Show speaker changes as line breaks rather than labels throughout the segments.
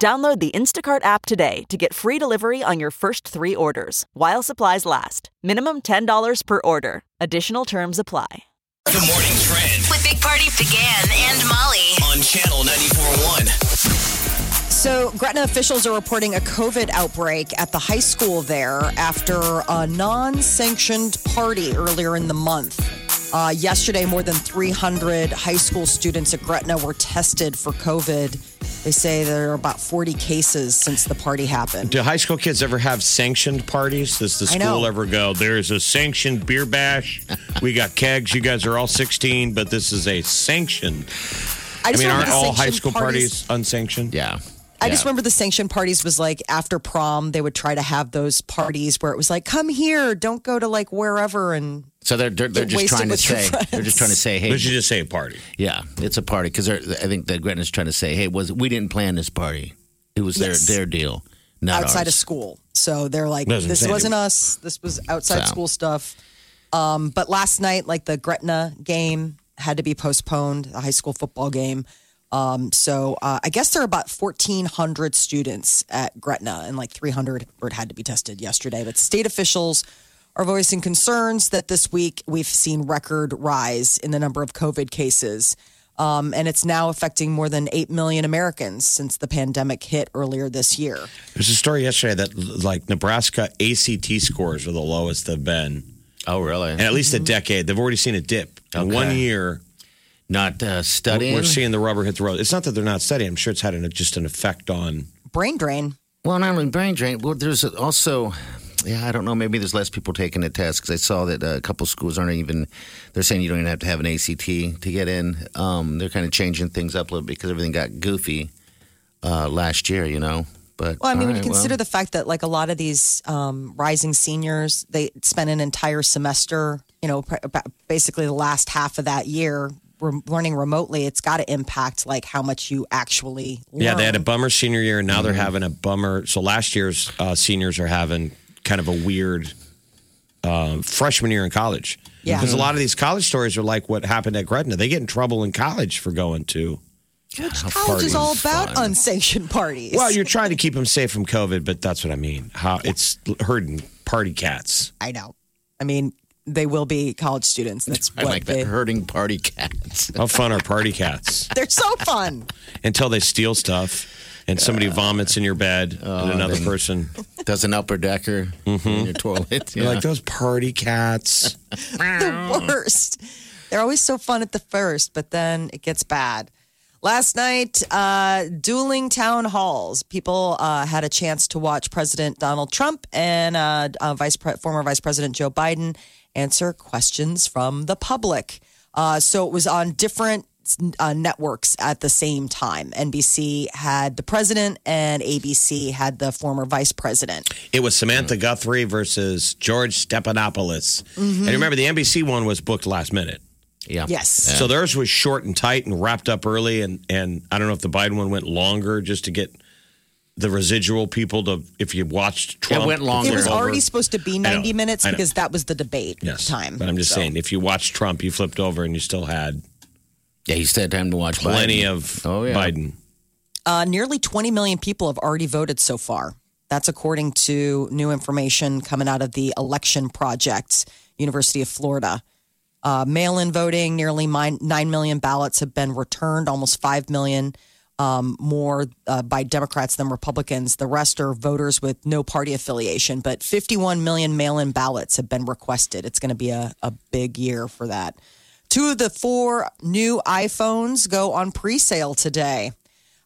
Download the Instacart app today to get free delivery on your first three orders while supplies last. Minimum $10 per order. Additional terms apply.
The morning trend
With Big Party began and Molly.
on channel 94.1.
So, Gretna officials are reporting a COVID outbreak at the high school there after a non sanctioned party earlier in the month. Uh, yesterday, more than 300 high school students at Gretna were tested for COVID. They say there are about 40 cases since the party happened.
Do high school kids ever have sanctioned parties? Does the
I know.
school ever go, there's a sanctioned beer bash? we got kegs. You guys are all 16, but this is a sanctioned. I mean,
remember
aren't
the
all high
sanctioned
school parties, unsanctioned?
Yeah.
I just remember the sanctioned parties was like after prom, they would try to have those parties where it was like, come here, don't go to like wherever. And
So they're they're, they're
Get
just
wasted
trying to
with your
say they're just trying to say hey
They should just say a party.
yeah it's a party because I think that Gretna's trying to say hey was we didn't plan this party it was
Yes.
their their deal not
outside of
ours.
school. So they're like,
Doesn't
this
say
wasn't us. This was outside
So.
school stuff. Um, but last night, like the Gretna game had to be postponed, the high school football game. Um, so uh, I guess there are about 1,400 students at Gretna, and like 300 were- had to be tested yesterday. But state officials are voicing concerns that this week we've seen record rise in the number of COVID cases. Um, and it's now affecting more than 8 million Americans since the pandemic hit earlier this year.
There's a story yesterday that, like, Nebraska ACT scores are the lowest they've been
oh really
in at least a decade. They've already seen a dip. In
Okay.
one year,
not uh, studying
we're seeing the rubber hit the road. It's not that they're not studying. I'm sure it's had an, just an effect on.
brain drain.
Well, not only brain drain, well, there's also, yeah, I don't know, maybe there's less people taking the test because I saw that uh, a couple schools aren't even, they're saying you don't even have to have an ACT to get in. Um, they're kind of changing things up a little bit because everything got goofy uh, last year, you know. But
Well, I mean,
all
when you
right,
consider
well,
the fact that like a lot of these um, rising seniors, they spent an entire semester, you know, pr- ba- basically the last half of that year re- learning remotely. It's got to impact like how much you actually learn.
Yeah, they had a bummer senior year, and now they're having a bummer. So last year's uh, seniors are having kind of a weird uh, freshman year in college.
Yeah.
Because a lot of these college stories are like what happened at Gretna. They get in trouble in college for going to.
how
College is
party
all
is
about
fun.
unsanctioned parties.
Well, you're trying to keep them safe from COVID, but that's what I mean. How it's herding party cats.
I know. I mean, they will be college students. That's
I
what
like
they.
that herding party cats.
How fun are party cats?
They're so fun.
Until they steal stuff, and somebody vomits in your bed, and another person.
Does an upper decker in your toilet.
You're
yeah.
Mm-hmm. like those party cats.
the worst. They're always so fun at the first, but then it gets bad. Last night, uh, dueling town halls. People uh, had a chance to watch President Donald Trump and uh, uh, Vice Pre- former Vice President Joe Biden answer questions from the public. Uh, so it was on different uh, networks at the same time. NBC had the president, and ABC had the former vice president.
It was Samantha Guthrie versus George Stephanopoulos. And remember, the NBC one was booked last minute.
yeah.
Yes.
So theirs was short and tight and wrapped up early. And, and I don't know if the Biden one went longer just to get the residual people to, if you watched Trump.
It went longer.
It
before
was
Over.
already supposed to be
know.
90 minutes
I know.
because that was the debate
Yes.
time.
But I'm just
So-
saying, if you watched Trump, you flipped over and you still had
Yeah, he said time to watch
plenty
Biden.
of
Oh, yeah.
Biden.
Uh, nearly 20 million people have already voted so far. That's according to new information coming out of the Election Project, University of Florida. Uh, Mail in voting, nearly mine- 9 million ballots have been returned, almost 5 million um, more uh, by Democrats than Republicans. The rest are voters with no party affiliation, but 51 million mail in ballots have been requested. It's going to be a, a big year for that. Two of the four new iPhones go on pre sale today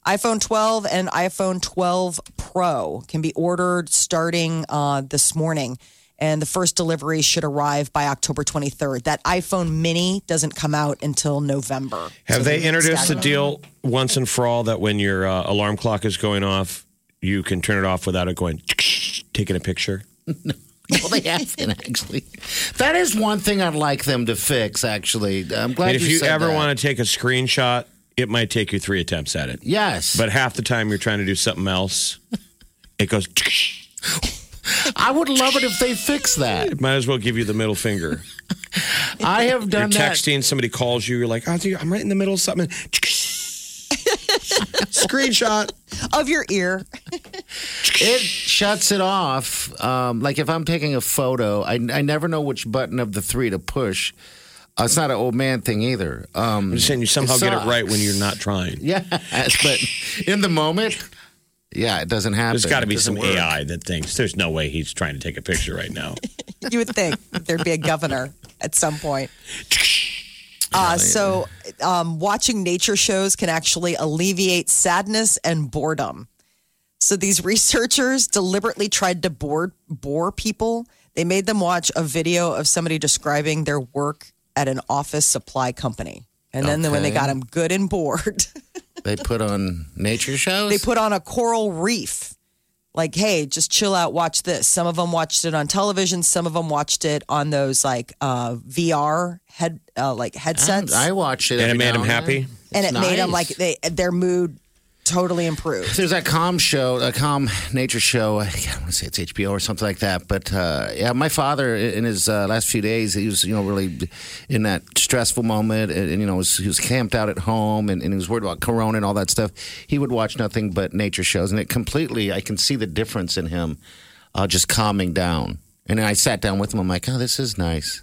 iPhone 12 and iPhone 12 Pro can be ordered starting uh, this morning, and the first delivery should arrive by October 23rd. That iPhone Mini doesn't come out until November.
Have
So
they
they're
introduced the
staggering.
deal once and for all that when your uh, alarm clock is going off, you can turn it off without it going? taking a picture?
Well, they haven't actually. That is one thing I'd like them to fix. Actually, I'm glad
And if you
said
ever
that.
want to take a screenshot, it might take you three attempts at it.
Yes,
But half the time you're trying to do something else, it goes.
I would love it if they fix that.
Might as well give you the middle finger.
I have
You're
done that.
texting, somebody calls you, you're like, oh, dude, I'm right in the middle of something. Screenshot.
of your ear.
It shuts it off. Um, like if I'm taking a photo, I, I never know which button of the three to push. Uh, it's not an old man thing either. Um,
I'm just saying you somehow get it right when you're not trying.
yes, but in the moment, yeah, it doesn't happen.
There's got to
It
be
doesn't
some
work.
AI that thinks there's no way he's trying to take a picture right now.
You would think there'd be a governor at some point. Uh, so, um, watching nature shows can actually alleviate sadness and boredom. So, these researchers deliberately tried to bore, bore people. They made them watch a video of somebody describing their work at an office supply company. And then when they got them good and bored,
They put on nature shows.
they put on a coral reef. Like, hey, just chill out, watch this. Some of them watched it on television. Some of them watched it on those like uh, VR head uh, like headsets,
I watch it,
And
every
it made
now
him happy.
then.
and it
It's
made them like
nice.
they their mood totally improved.
There's that calm show, a calm nature show. I don't want to say it's HBO or something like that, but uh, yeah, my father in his uh, last few days, he was you know really in that stressful moment, and, and, you know was, he was camped out at home, and, and he was worried about Corona and all that stuff. He would watch nothing but nature shows, and it completely, I can see the difference in him, uh, just calming down. And then I sat down with him. I'm like, oh, this is nice.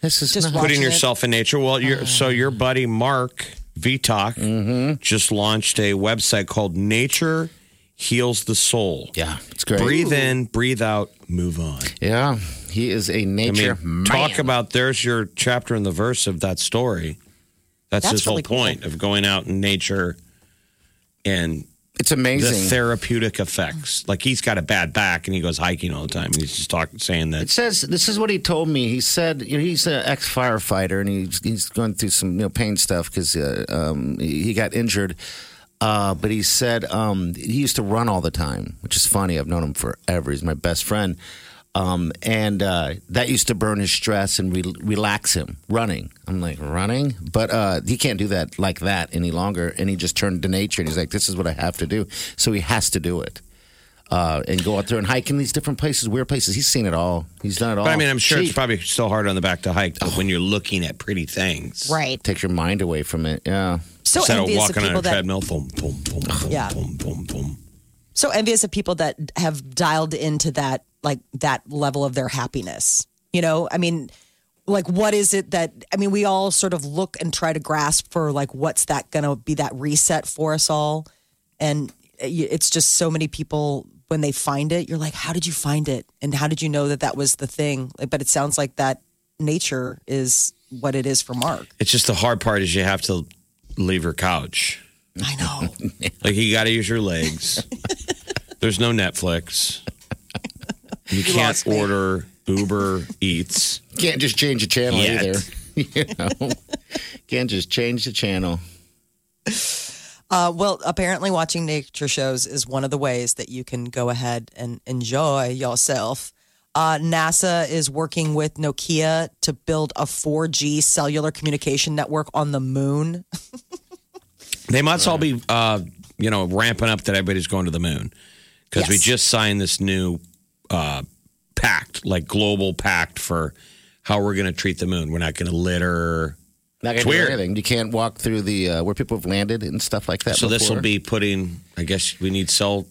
This is
Just
nice.
watch-
Putting
Watching it. Uh-huh.
yourself in nature. Well, your so your buddy Mark VTalk
Mm-hmm.
just launched a website called Nature Heals the Soul.
yeah, it's great.
Breathe in, breathe out, move on.
Yeah, he is a
I mean,
nature man.
talk about there's your chapter in the verse of that story. That's,
That's
his whole
really cool.
point of going out in nature and
it's
the
amazing.
therapeutic effects. Like he's got a bad back and he goes hiking all the time and he's just talking saying
It
that
says this is what he told me. He said you know, he's an ex firefighter and he's he's going through some you know pain stuff because uh, um, he he got injured. Uh, but he said um, he used to run all the time, which is funny. I've known him forever. He's my best friend, um, and uh, that used to burn his stress and re- relax him. Running, I'm like running, but uh, he can't do that like that any longer. And he just turned to nature and he's like, "This is what I have to do." So he has to do it uh, and go out there and hike in these different places, weird places. He's seen it all. He's done it all.
But I mean I'm sure
Gee,
it's probably still hard on the back to hike,
Oh.
but when you're looking at pretty things.
Right.
takes your mind away from it. Yeah,
So
Instead of
envious of
walking on
people
a
that
treadmill, boom, boom, boom, boom,
Yeah.
boom, boom, boom.
so envious of people that have dialed into that like that level of their happiness you know i mean like what is it that i mean we all sort of look and try to grasp for like what's that gonna be that reset for us all and y- it's just so many people when they find it you're like how did you find it and how did you know that that was the thing but it sounds like that nature is what it is for mark
It's just the hard part is you have to leave your couch.
i know
Like you got to use your legs. There's no Netflix. You can't
lost me.
order Uber Eats.
can't just change the
Oh,
channel
Yet.
either. you know, can't just change the channel.
Uh, well, apparently, watching nature shows is one of the ways that you can go ahead and enjoy yourself. Uh, NASA is working with Nokia to build a 4G cellular communication network on the moon.
They must all be, uh, you know, ramping up that everybody's going to the moon because we
Yes.
just signed this new uh, pact, like global pact for how we're going to treat the moon. We're not going to litter.
Not gonna
It's
do
weird.
anything. You can't walk through the uh, where people have landed and stuff like that.
So this will
before.
be putting. I guess we need cell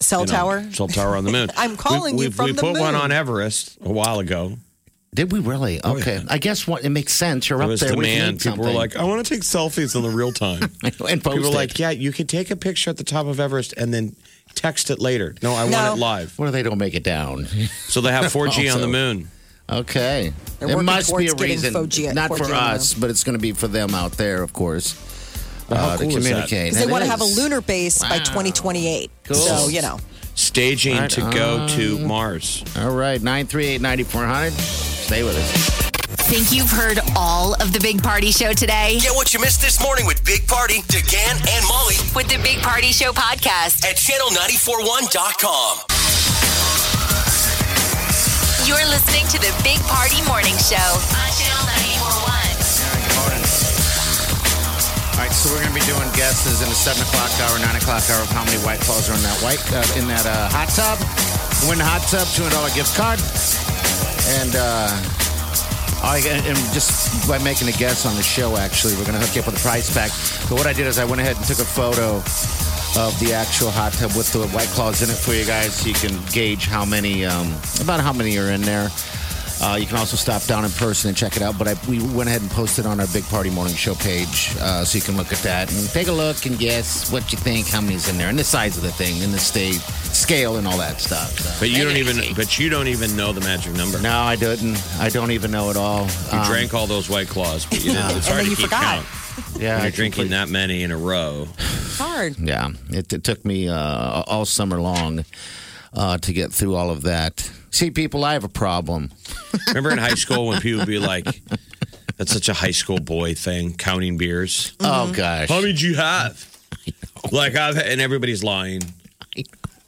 Cell
you know,
tower.
cell tower on the moon.
I'm calling
we,
you
we-
from
we
the
put one
moon.
on Everest a while ago.
Did we really? Okay, I guess what it makes sense. You're
It
up
Oh, was
there.
the
we
man.
need
People were
something.
like, "I want to take selfies in the real time."
and post
People
it.
are like, yeah, you can take a picture at the top of Everest and then text it later. No, I
No.
want it live.
What if they don't make it down?
So they have 4G on
Also-
the moon.
Okay.
They're
There
working
must be
towards
a
getting
reason.
4G
Not for
4G on
us, but it's going to be for them out there, of course,
how
uh, to
cool is that?
communicate.
Because they
That
want to have a
is.
lunar base by 2028.
Cool.
So, you know,
Staging to go to Mars.
All right, 938 9400. Stay with us.
Think you've heard all of the Big Party Show today?
Get what you missed this morning with Big Party, DeGan, and Molly
With the Big Party Show podcast.
at channel941.com.
You're listening to the Big Party Morning Show on Channel 941.
All right, so we're going to be doing guesses in the seven o'clock hour, nine o'clock hour of how many white claws are in that white uh, in that uh, hot tub. Win the hot tub, two hundred dollar gift card, and uh, I and and just by making a guess on the show, actually, we're going to hook you up with a prize pack. But what I did is I went ahead and took a photo of the actual hot tub with the white claws in it for you guys, so you can gauge how many um, about how many are in there. Uh, you can also stop down in person and check it out. But I, we went ahead and posted on our Big Party Morning Show page, uh, so you can look at that and take a look and guess what you think, how many's in there, and the size of the thing, and the state scale, and all that stuff. So.
But you don't even. But you don't even know the magic number.
No, I didn't. I don't even know at all.
You
Um,
drank all those white claws, but you didn't. It's hard
And then
to
you
keep count.
forgot.
Yeah,
When
I
you're drinking that many in a row.
It's hard.
Yeah, it, it took me uh, all summer long uh, to get through all of that. See, people, I have a problem.
Remember in high school when people would be like, "That's such a high school boy thing, counting beers."
Oh gosh,
How many do you have? Like I've and everybody's lying.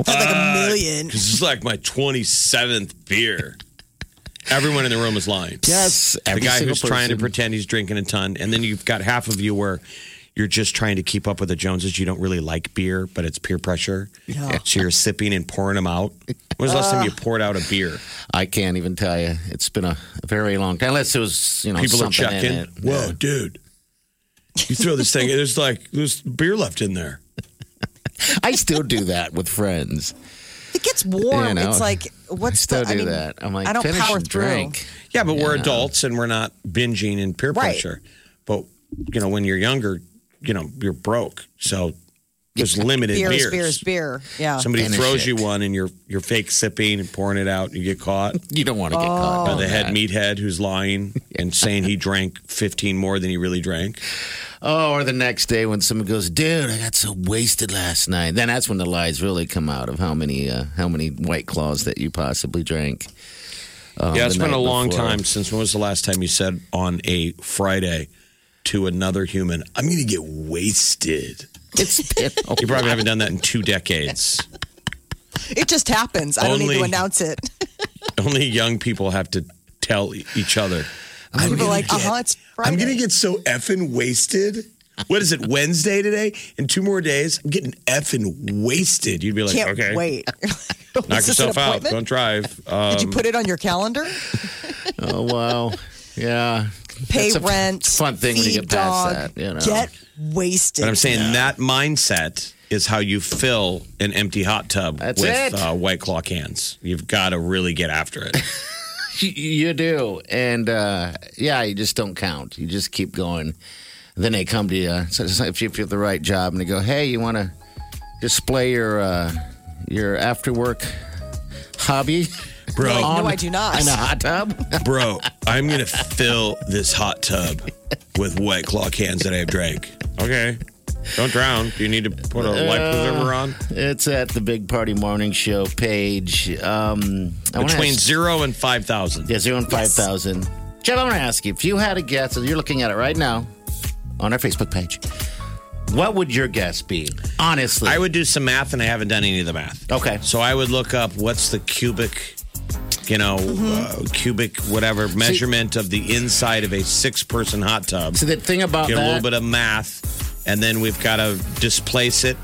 Had like a million.
This is like my 27th beer. Everyone in the room is lying.
yes,
the
every
guy
single
who's trying to
person.
pretend he's drinking a ton, and then you've got half of you where you're just trying to keep up with the Joneses. You don't really like beer, but it's peer pressure, so you're sipping and pouring them out. When was the last time you poured out a beer?
I can't even tell you. It's been a very long time. Unless it was, you know,
People are
something in
checking.
it.
Whoa, dude! You throw this thing. There's like there's beer left in there.
I still do that with friends.
It gets warm.
You know,
it's like what's
Still
the?
do
I mean,
that. I'm like,
I don't
finish
power
and
through.
drink.
Yeah, but we're adults and we're not binging and peer
Right.
pressure. But you know, when you're younger, you know you're broke, so there's limited
Beer is
beers.
beer is beer. Yeah.
Somebody
Finish
throws
it.
you one and you're you're fake sipping and pouring it out and you get caught.
You don't want to get caught.
Or
doing
Oh. the head
that.
meathead who's lying and saying he drank 15 more than he really drank.
Oh, or the next day when someone goes, "Dude, I got so wasted last night." Then that's when the lies really come out of how many uh, how many white claws that you possibly drank. um,
yeah, it's
the
been a
night
long
before.
time since when was the last time you said on a Friday to another human, I'm going to get wasted?
It's been a
You probably haven't done that in two decades.
It just happens. I don't need
Only-
to announce it.
Only young people have to tell e- each other.
People are like, uh huh, it's Friday.
I'm gonna get so effing wasted. What is it, Wednesday today? In two more days, I'm getting effing wasted. You'd be like,
Can't
okay,
wait.
knock
this an
yourself out.
appointment?
Don't drive. Uh,
Did you put it on your calendar?
Oh wow. Yeah.
Pay
That's a
rent.
Fun thing when you get
feed
past
dog,
that. You know.
Get wasted.
but I'm saying that mindset is how you fill an empty hot tub
That's
with
it.
Uh, White Claw cans. You've got to really get after it.
You- you do. And uh, yeah, you just don't count. You just keep going. Then they come to you. So it's like if you if you have the right job and they go, hey, you want to display your uh, your after work hobby
Bro,
no, I do not.
in a hot tub?
bro, I'm going to fill this hot tub with White Claw cans that I've drank. Okay. Don't drown. Do you need to put a life
Uh,
preserver on?
It's at the Big Party Morning Show page. Um, I wanna
Between
ask-
zero and 5,000.
Yeah, zero and 5,000. Jeff, I want to ask you if you had a guess, and you're looking at it right now on our Facebook page, what would your guess be? Honestly.
I would do some math, and I haven't done any of the math.
Okay.
So I would look up what's the cubic, you know,
Mm-hmm.
uh, cubic whatever measurement of the inside of a six-person hot tub.
So the thing about
Get a little
that,
bit of math, and then we've got to displace it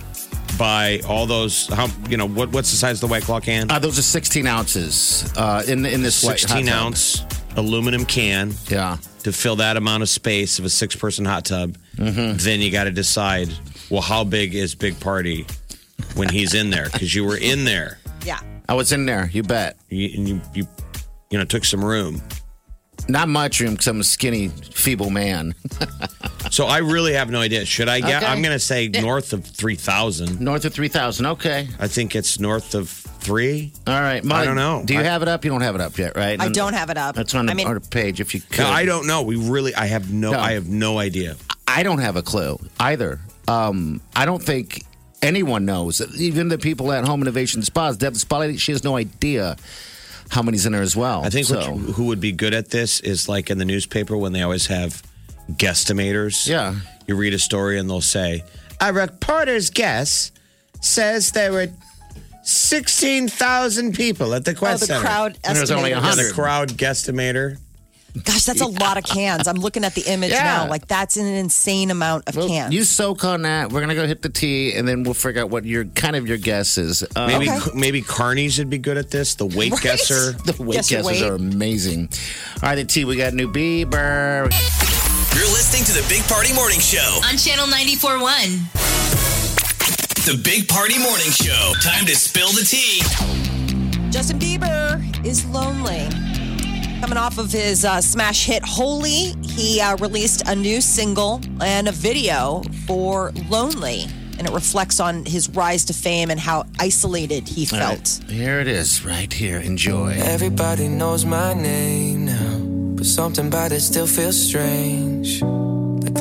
by all those. How you know what? What's the size of the white claw can?
uh, those are 16 ounces uh, in in this white hot
Sixteen
tub.
ounce aluminum can
Yeah,
to fill that amount of space of a six-person hot tub.
Mm-hmm.
Then you got to decide. Well, how big is Big Party when he's in there? Because you were in there.
yeah.
I was in there. You bet.
you, and you, you, you know, took some room.
Not much room because I'm a skinny, feeble man.
So I really have no idea. Should I get?
Okay.
I'm going to say north of three thousand.
North of 3,000. Okay.
I think it's north of three.
All right. Molly,
don't know.
Do you
I-
have it up? You don't have it up yet, right?
I don't have it up.
That's on the,
I mean,
our page. If you could,
No, I don't know. We really, I have no,
No.
I have no idea.
I don't have a clue either. Um, I don't think anyone knows. Even the people at Home Innovation Spas, Deb Spotlight, she has no idea how many's in there as well.
I think
so.
what you- who would be good at this is like in the newspaper when they always have guesstimators.
Yeah.
you read a story and they'll say a reporter's guess says there were 16,000 people at the Quest
Oh, the
Center.
crowd
And there's only
estimator.
100.
The crowd guesstimator.
Gosh, that's a lot of cans. I'm looking at the image
Yeah.
now. Like that's an insane amount of
Well,
cans.
you soak on that. We're gonna go hit the tee, and then we'll figure out what your kind of your guess is. Um,
Maybe maybe Carney's would be good at this. The weight
Right?
guesser.
the weight
Guess your
guesses
weight.
are amazing. All right, the tee. We got new Bieber.
You're listening to the Big Party Morning Show.
On Channel 94.1.
The Big Party Morning Show. Time to spill the tea.
Justin Bieber is lonely. Coming off of his uh, smash hit Holy, he uh, released a new single and a video for Lonely. And it reflects on his rise to fame and how isolated he
All right,
felt.
Here it is, right here. Enjoy.
Everybody knows my name now, but something about it still feels strange. Like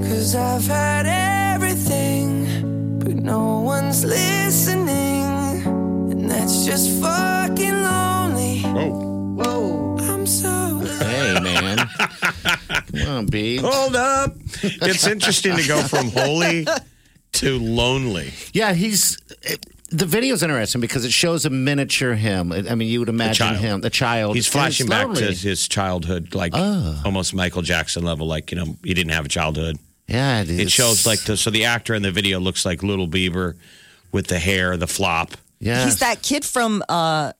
Cause I've had everything, but no one's listening. And that's just fucking lonely.
Oh.
I'm so.
Hey, man. Come on, B.
Hold up. It's interesting to go from holy to lonely.
Yeah, he's. It, the video's interesting because it shows a miniature him. I I mean, you would imagine
child.
him, the Ah. child.
He's flashing
And
back
it's
to
lonely.
his childhood, like almost Michael Jackson level. Like, you know, he didn't have a childhood.
Yeah, it,
It
is.
shows like the so the actor in the video looks like Little Bieber with the hair, the flop.
Yeah.
He's that kid from uh,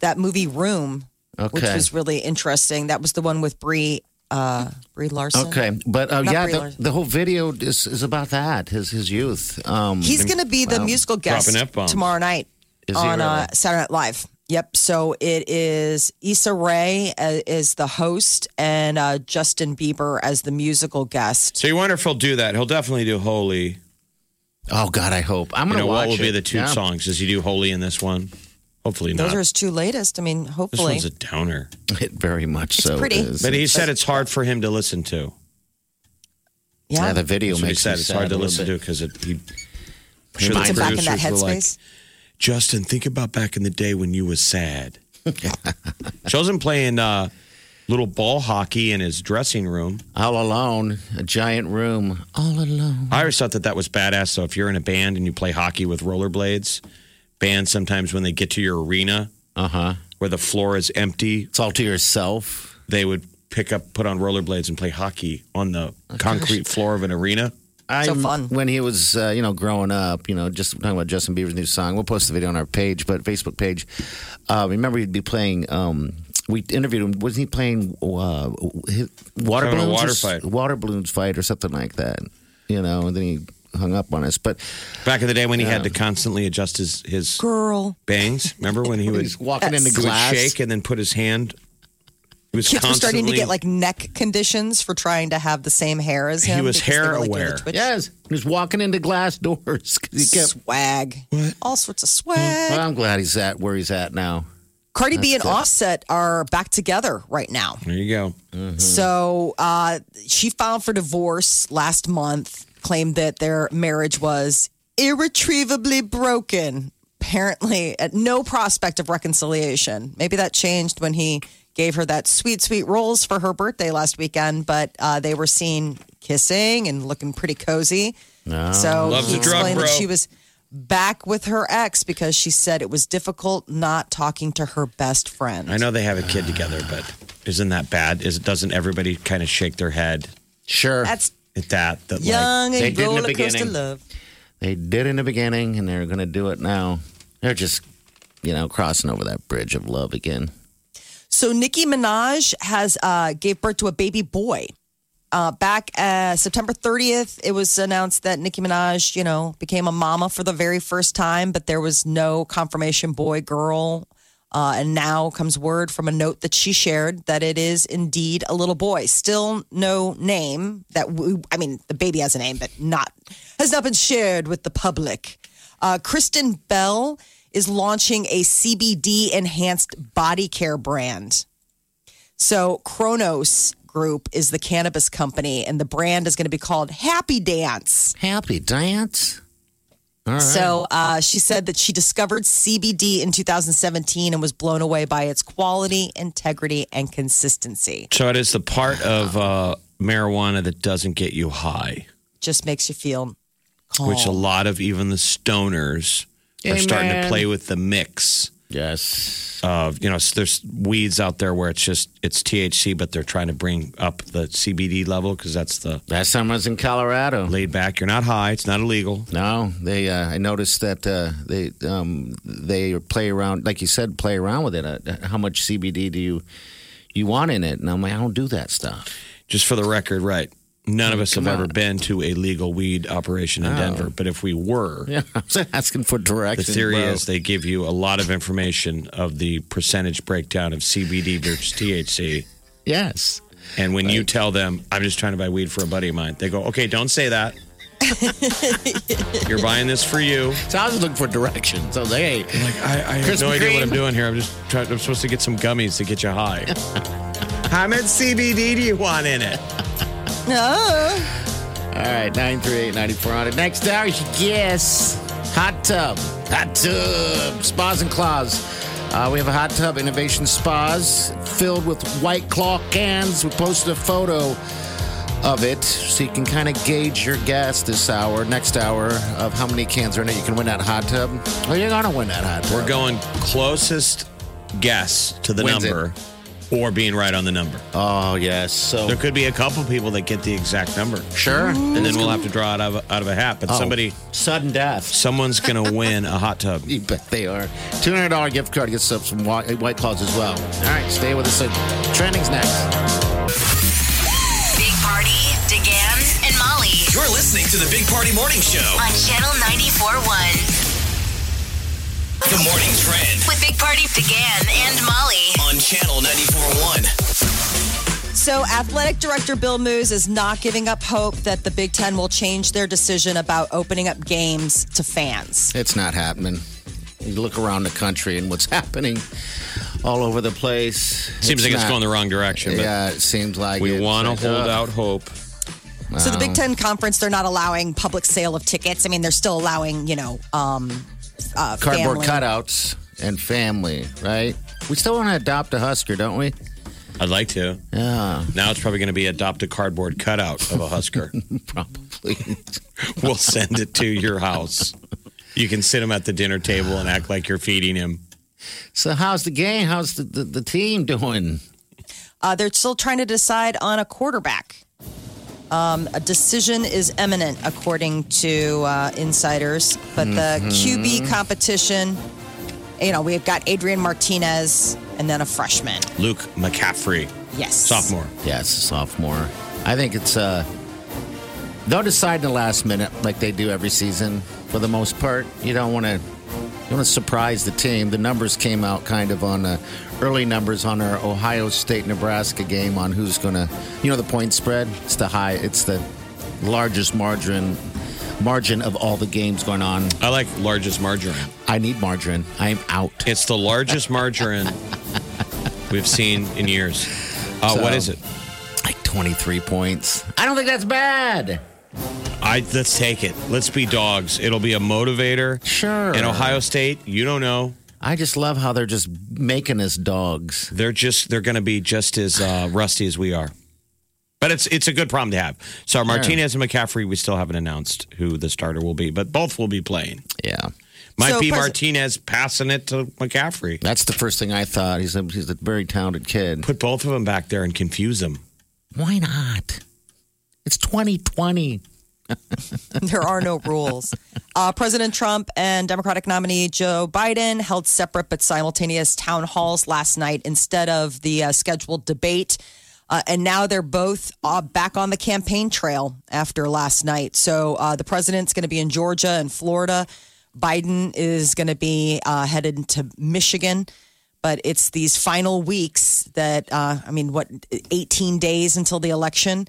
that movie Room, which
Okay.
was really interesting. That was the one with Brie uh, Brie Larson.
Okay, but uh, yeah, the,
Freeler.
the whole video is, is about that his his youth. Um,
He's going to be the musical guest
dropping F-bombs.
tomorrow night
Is he
on uh,
really?
Saturday Night Live. Yep. So it is Issa Rae uh, is the host and uh, Justin Bieber as the musical guest.
So you wonder if he'll do that. He'll definitely do holy.
oh God, I hope I'm
You
gonna
know,
watch
what will
it.
be the two
Yeah.
songs? Does he do holy in this one? Hopefully not.
Those are his two latest. I mean,
this
hopefully.
one's a downer.
It very much so.
pretty.
Is.
But he said it's hard for him to listen to.
yeah.
yeah, the video
That's what he
makes
said.
me
It's
sad
hard to
a little
listen
bit.
to because it. He,
Sure,
Puts
the
him back in that
producers were like,
headspace.
Justin, think about back in the day when you was sad. Shows him playing uh, little ball hockey in his dressing room.
All alone, a giant room, all alone.
I always thought that that was badass. So if you're in a band and you play hockey with rollerblades, bands sometimes when they get to your arena
Uh huh.
where the floor is empty,
It's all to yourself.
they would pick up, put on rollerblades, and play hockey on the concrete floor of an arena.
I
So fun.
when he was uh, you know growing up. You know, just talking about Justin Bieber's new song. We'll post the video on our page, but Facebook page. Uh, remember, he'd be playing. Um, we interviewed him. Wasn't he playing uh, his, water
Having a
balloons?
water
or s-
fight.
Water balloons fight or something like that. You know, and then he hung up on us. But
Back in the day when he had to constantly adjust his his
Girl.
bangs. Remember when he
he
would
was walking in the
he would
glass.
shake and then put his hand. He was
Kids were starting to
constantly-
get like neck conditions for trying to have the same hair as
He
him.
was
because they
hair
really do the
aware.
twitch.
Yes, he was walking into glass doors. 'cause He kept,
Swag. All sorts of swag.
Mm,
well, I'm glad he's at where he's at now.
Cardi B and Offset are back together right now.
There you go.
Mm.
So uh, she filed for divorce last month, claimed that their marriage was irretrievably broken. Apparently, at no prospect of reconciliation. Maybe that changed when he gave her that sweet, sweet rolls for her birthday last weekend, but uh, they were seen kissing and looking pretty cozy.
Ah.
So
Loves
he
a drug,
explained that
bro.
she was back with her ex because she said it was difficult not talking to her best friend.
I know they have a kid together, but isn't that bad? Is doesn't everybody kind of shake their head
Sure,
That's
at that? That like
young
they
and
did in the
roller coaster
beginning.
love.
they did in the beginning, and they're going to do it now. They're just, you know, crossing over that bridge of love again.
So Nicki Minaj has uh, gave birth to a baby boy. Uh, back uh, September 30th, it was announced that Nicki Minaj, you know, became a mama for the very first time, but there was no confirmation boy girl. Uh, and now comes word from a note that she shared that it is indeed a little boy. Still no name. That we, I mean, the baby has a name, but not has not been shared with the public. Uh, Kristen Bell is launching a CBD enhanced body care brand. So, Kronos Group is the cannabis company, and the brand is going to be called Happy Dance.
Happy dance. All right.
So uh, she said that she discovered CBD in 2017 and was blown away by its quality, integrity, and consistency.
So it is the part of uh, marijuana that doesn't get you high,
Just makes you feel calm.
which a lot of even the stoners are starting to play with the mix
yes.
of you know s- there's weeds out there where it's just it's THC, but they're trying to bring up the CBD level because that's the
Last time I was in Colorado.
laid back. You're not high. It's not illegal.
No, they. Uh, I noticed that uh, they um, they play around, like you said, play around with it. Uh, how much CBD do you you want in it? And I'm like, I don't do that stuff.
Just for the record, right? None of us have ever been to a legal weed operation in Denver, but if we were,
Yeah, I was asking for
The
directions.
theory
bro.
is they give you a lot of information of the percentage breakdown of CBD versus THC.
yes.
And when you tell them, I'm just trying to buy weed for a buddy of mine, they go, okay, don't say that. You're buying this for you.
So I was looking for directions. I was like, hey,
Like, I, I have no
Krispy
idea what I'm
Kreme.
doing here. I'm just trying, I'm supposed to get some gummies to get you high. How much CBD do you want in it?
Ah.
all right, nine three eight ninety four hundred. Next hour, you should guess hot tub, hot tub, spas and claws. Uh, we have a hot tub innovation spas filled with white claw cans. We posted a photo of it so you can kind of gauge your guess this hour, next hour, of how many cans are in it. You can win that hot tub. Oh, you're going to win that hot tub.
We're going closest guess to the
Wins it.
number or being right on the number.
Oh, yes. So,
There could be a couple people that get the exact number.
sure.
and then we'll have to draw it out of, out of a hat.
Oh.
But somebody,
Sudden death.
someone's going to win a hot tub.
You bet they are. Two hundred dollar gift card gets up some white, white claws as well. All right, stay with us. Uh, Trending's next.
Big Party, DeGan, and Molly
You're listening to the Big Party Morning Show.
on Channel 94.1
The Morning Trend
with Big Party, DeGan, and Molly.
on Channel 94.1.
So, athletic director Bill Moose is not giving up hope that the Big Ten will change their decision about opening up games to fans.
It's not happening. You look around the country and what's happening all over the place.
Seems like it's
not-
going the wrong direction. But
Yeah, it seems like
we
it's
want
like,
to hold
uh,
out hope.
So, the Big Ten Conference, they're not allowing public sale of tickets. I mean, they're still allowing, you know, um, uh,
cardboard
family.
cutouts and family. Right? We still want to adopt a Husker, don't we?
I'd like to.
Yeah,
Now it's probably going to be adopt a cardboard cutout of a Husker.
probably.
we'll send it to your house. You can sit him at the dinner table and act like you're feeding him.
so how's the game? How's the, the, the team doing?
Uh, they're still trying to decide on a quarterback. Um, a decision is imminent, according to uh, insiders. But the QB competition, you know, we've got Adrian Martinez and then a freshman.
Luke McCaffrey,
Yes.
sophomore.
Yes, sophomore. I think it's uh they'll decide in the last minute like they do every season for the most part. You don't want to you want to surprise the team. The numbers came out kind of on uh, early numbers on our Ohio State Nebraska game on who's going to you know the point spread. It's the high it's the largest margin margin of all the games going on.
I like largest margarine.
I need margin. I'm out.
It's the largest margarine we've seen in years. Uh, what
So-
is it?
Like 23 points. I don't think that's bad.
I let's take it. Let's be dogs. It'll be a motivator.
Sure.
In Ohio State, you don't know.
I just love how they're just making us dogs.
They're just they're going to be just as uh, rusty as we are. But it's it's a good problem to have. So Martinez and McCaffrey, we still haven't announced who the starter will be, but both will be playing.
Yeah.
Might
So
be
pres-
Martinez passing it to McCaffrey.
That's the first thing I thought. He's a, he's a very talented kid.
Put both of them back there and confuse them.
Why not? It's 2020.
There are no rules. Uh, President Trump and Democratic nominee Joe Biden held separate but simultaneous town halls last night instead of the uh, scheduled debate. Uh, and now they're both uh, back on the campaign trail after last night. So uh, the president's going to be in Georgia and Florida. Biden is going to be uh, headed to Michigan. But it's these final weeks that, uh, I mean, what, 18 days until the election?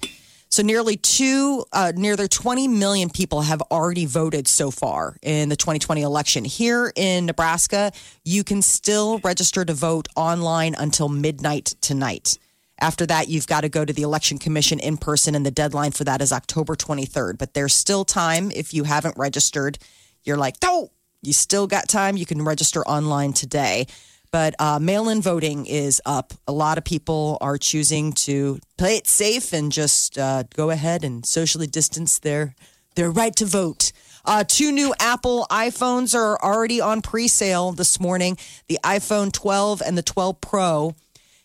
So nearly two, uh, nearly 20 million people have already voted so far in the 2020 election. Here in Nebraska, you can still register to vote online until midnight tonight. After that, you've got to go to the election commission in person, and the deadline for that is October 23rd. But there's still time if you haven't registered. You're like, no, you still got time. You can register online today. But uh, mail in voting is up. A lot of people are choosing to play it safe and just uh, go ahead and socially distance their, their right to vote. Uh, two new Apple iPhones are already on pre sale this morning the iPhone 12 and the 12 Pro.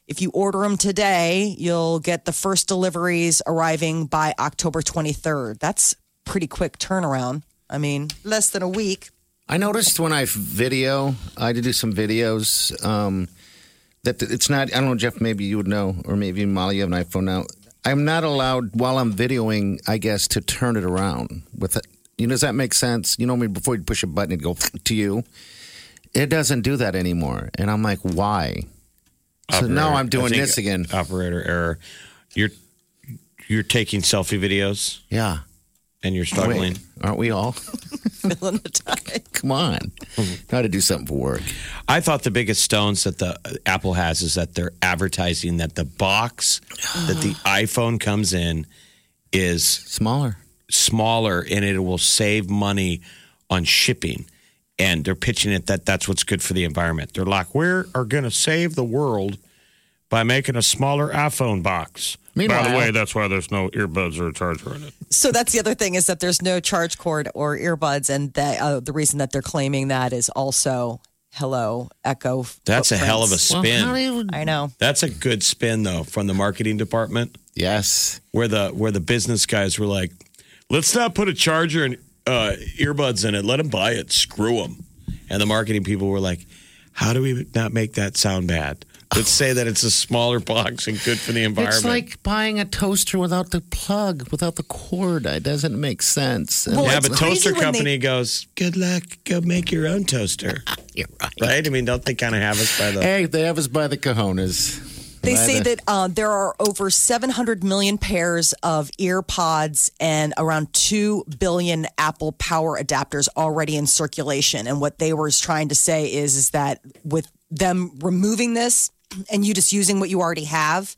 If you order them today, you'll get the first deliveries arriving by October 23rd. That's pretty quick turnaround. I mean, less than a week.
I noticed when I video, I had to do some videos. Um, that it's not. I don't know, Jeff. Maybe you would know, or maybe Molly, you have an iPhone now. I'm not allowed while I'm videoing, I guess, to turn it around. With it. you know, does that make sense? You know, I mean, before you push a button, it would go to you. It doesn't do that anymore, and I'm like, why? So now I'm doing
I think uh,
this again.
Operator error. You're you're taking selfie videos
Yeah,
and you're struggling.
Wait, aren't we all?
Fill in the time.
Come on,
Mm-hmm.
got to do something for work.
I thought the biggest stones that the uh, Apple has is that they're advertising that the box that the iPhone comes in is
Smaller.
smaller and it will save money on shipping. And they're pitching it that that's what's good for the environment. They're like, we are going to save the world by making a smaller iPhone box. By
Meanwhile-
the way, that's why there's no earbuds or a charger in it.
So that's the other thing is that there's no charge cord or earbuds, and that, uh, the reason that they're claiming that is also hello echo.
That's a hell of a
Well,
spin.
how do you-
I know.
that's a good spin though from the marketing department.
yes.
where the where the business guys were like, let's not put a charger and uh, earbuds in it. Let them buy it. Screw them. And the marketing people were like, how do we not make that sound bad? Let's say that it's a smaller box and good for the environment.
It's like buying a toaster without the plug, without the cord. It doesn't make sense. And
yeah,
it's
but
crazy
toaster
when
company goes, good luck. Go make your own toaster.
you're right.
right? I mean, don't they kind of have us by the.
Hey, they have us by the cojones.
They
By
say
the-
that uh, there are over 700 million pairs of ear pods and around 2 billion Apple power adapters already in circulation. And what they were trying to say is, is that with them removing this and you just using what you already have,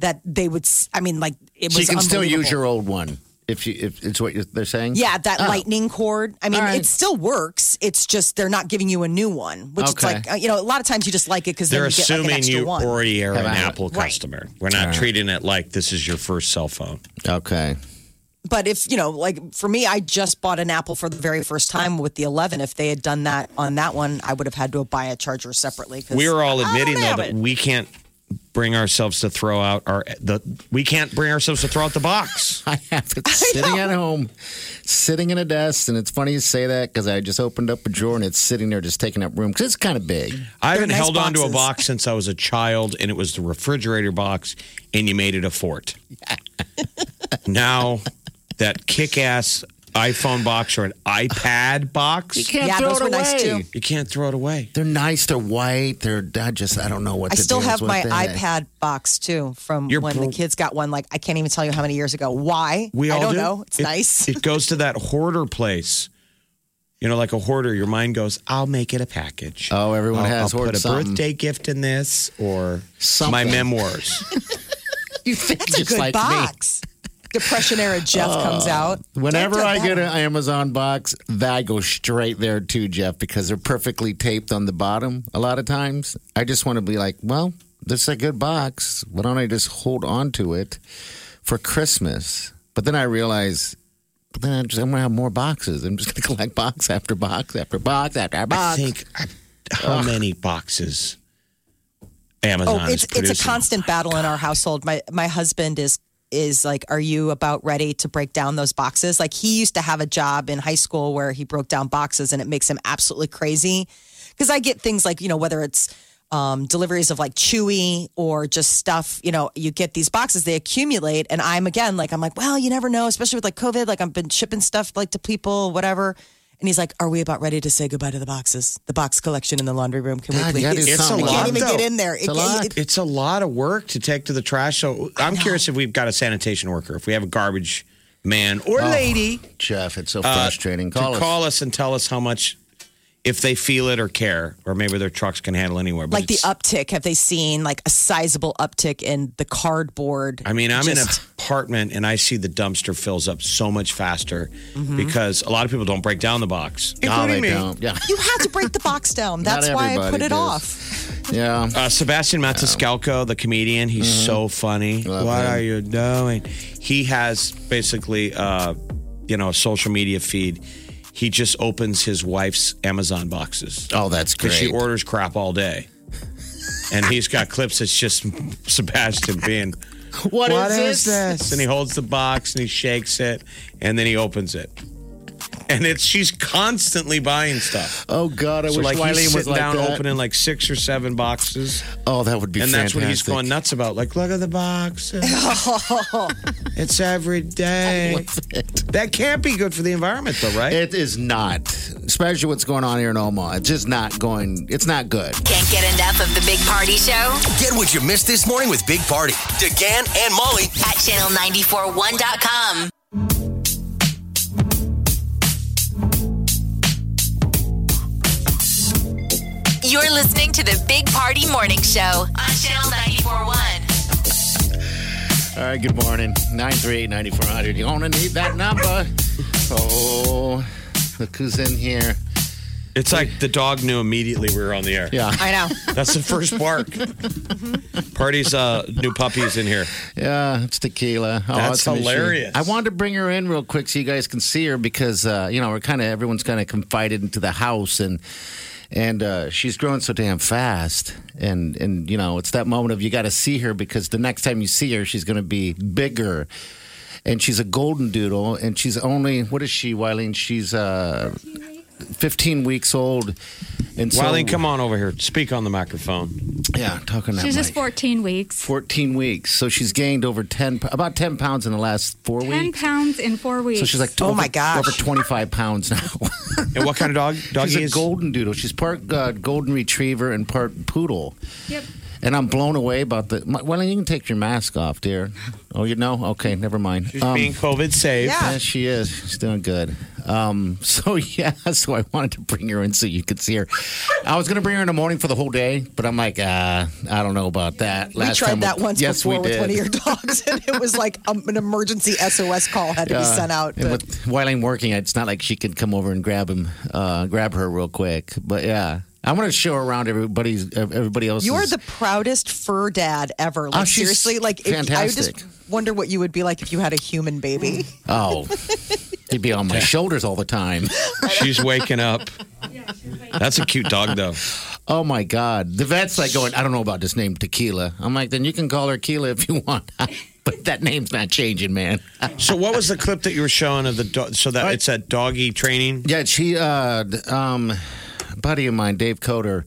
that they would, s- I mean, like, it
So you
was
can still
unbelievable.
use your old one if you if it's what you're, they're saying.
Yeah, that
Oh.
lightning cord. I mean,
All right.
it still works. It's just they're not giving you a new one, which
Okay.
is like, uh, you know, a lot of times you just like it because
They're
then you get like an
assuming
extra
you
one.
already are an
Have
Apple customer. We're not treating it like this is your first cell phone.
Okay.
but if you know like for me i just bought an apple for the very first time with the 11 if they had done that on that one i would have had to buy a charger separately 'cause
we are all
I don't
admitting though
have
that
it.
we can't bring ourselves to throw out our the we can't bring ourselves to throw out the box.
I have it sitting at home, sitting in a desk, and it's funny you say that because I just opened up a drawer and it's sitting there just taking up room because it's kind of big.
I haven't
nice
held on to a
boxes.
box since I was a child, and it was the refrigerator box, and you made it a fort. now that kick-ass iPhone box or an iPad box, you
can't
Yeah,
throw
those
it
were nice
away.
too.
can't throw it away.
They're nice. They're white. They're I just I don't know what.
i
the
still
deal is
have
with
my
that.
ipad box too from
You're
when the
bro-
kids got one like i can't even tell you how many years ago why
We all
i don't
do.
know it's
It-
nice
It goes to that hoarder place. You know, like a hoarder, your mind goes, "I'll make it a package."
Oh, everyone
I'll,
has
I'll
hoard
put a
something.
birthday gift in this or
Something.
my memoirs.
Uh,
You think
that's a
just
good
like me. Oh,
box depression era jeff comes out
Whenever
Jeff
I
does
get
that.
an Amazon box, that goes straight there too, Jeff, because they're perfectly taped on the bottom. A lot of times, I just want to be like, well, this is a good box. Why don't I just hold on to it for Christmas? But then I realize. Then I'm, just, I'm gonna have more boxes. I'm just gonna collect box after box after box after
I
box.
think I- how many boxes Amazon
Oh,
is
it's it's a
producing?
constant battle in our household. My my husband is is like, are you about ready to break down those boxes? Like he used to have a job in high school where he broke down boxes, and it makes him absolutely crazy. Because I get things like you know whether it's um, deliveries of like Chewy or just stuff. You know, you get these boxes, they accumulate, and I'm again like I'm like, well, you never know, especially with like COVID. Like I've been shipping stuff like to people, whatever. And he's like, Are we about ready to say goodbye to the boxes? The box collection in the laundry room. Can
God,
we
yeah,
please?
it's
It's a
not
I
lot.
can't even
though.
get in there.
It's a,
It-
lot.
it-
it's a lot of work to take to the trash. So I'm curious if we've got a sanitation worker, if we have a garbage man or lady
Oh, Jeff, it's so
uh,
frustrating. Call
to
us.
call us Oh. and tell us how much, if they feel it or care, or maybe their trucks can handle anywhere. But
like the
it's-
uptick, have they seen like a sizable uptick in the cardboard?
I mean, I'm in an
Just-
apartment and I see the dumpster fills up so much faster
Mm-hmm.
because a lot of people don't break down the box,
No,
including
they
me.
don't. Yeah.
You had to break the box down.
Not
That's why I
everybody
put it
does.
off.
Yeah.
Uh, Sebastian Maniscalco, the comedian, he's so funny.
Mm-hmm. Love
what
him.
are you doing? He has basically, uh, you know, a social media feed. He just opens his wife's Amazon boxes
Oh, that's
because
great.
she orders crap all day. And he's got clips that's just Sebastian being, What is this? And he holds the box and he shakes it and then he opens it. And it's she's constantly buying stuff.
Oh God, I
So
wish
like
Wiley
he's
was
sitting
like
down
that.
opening like six or seven boxes.
Oh, that would be
And that's
fantastic.
what he's going nuts about. Like, look at the box. it's every day.
it.
That can't be good for the environment, though, right?
It is not, especially what's going on here in Omaha. It's just not going. It's not good.
Can't get enough of the Big Party Show
Get what you missed this morning with Big Party, DeGan and Molly
at channel941.com. You're listening to the Big Party Morning Show on channel 941.
All right. Good morning. Nine three eight ninety four hundred. You're gonna need that number. Oh, look who's in here.
It's like the dog knew immediately we were on the air.
Yeah.
I know.
That's the first bark. Party's uh, new puppies in here.
Yeah, it's tequila. Oh,
That's
it's gonna be
hilarious.
shitty. I wanted to bring her in real quick so you guys can see her because uh, you know we're kind of everyone's kind of confided into the house and and uh, she's growing so damn fast and and you know it's that moment of you got to see her because the next time you see her she's going to be bigger and she's a golden doodle and she's only what is she, Wileen? She's uh, fifteen weeks old. And so,
Wiley, come on over here. Speak on the microphone.
Yeah, talking. that
She's just
mic.
14 weeks.
14 weeks. So she's gained over 10, p- about 10 pounds in the last four
10
weeks.
pounds in four weeks.
So she's like,
Oh
over,
my gosh.
over 25 pounds now.
And what kind of dog? Doggy
she's a
is?
golden doodle. She's part uh, golden retriever and part poodle.
Yep.
And I'm blown away about the. My, well, you can take your mask off, dear. Oh, you know? Okay, never mind.
She's
Um,
being COVID safe.
yeah, she is. She's doing good. Um, so yeah, so I wanted to bring her in so you could see her. I was gonna bring her in the morning for the whole day, but I'm like, uh, I don't know about that.
We
Last time
tried that once
yes, we
before with
did.
one of your dogs, and it was like um, an emergency SOS call had to be
Yeah.
sent out.
And
to-
with, while I'm working, it's not like she could come over and grab him, uh, grab her real quick. But yeah, I want to show her around everybody's everybody else.
You're the proudest fur dad ever. Like
Oh, she's
seriously, like if, I just
fantastic.
wonder what you would be like if you had a human baby.
oh, he'd be on my shoulders all the time.
She's waking up. That's a cute dog, though.
Oh my god, the vet's like going. I don't know about this name, Tequila. I'm like, then you can call her Keela if you want. But that name's not changing, man.
So, what was the clip that you were showing of the dog? So that it's at doggy training.
Yeah, she, uh, d- um, a buddy of mine, Dave Coder,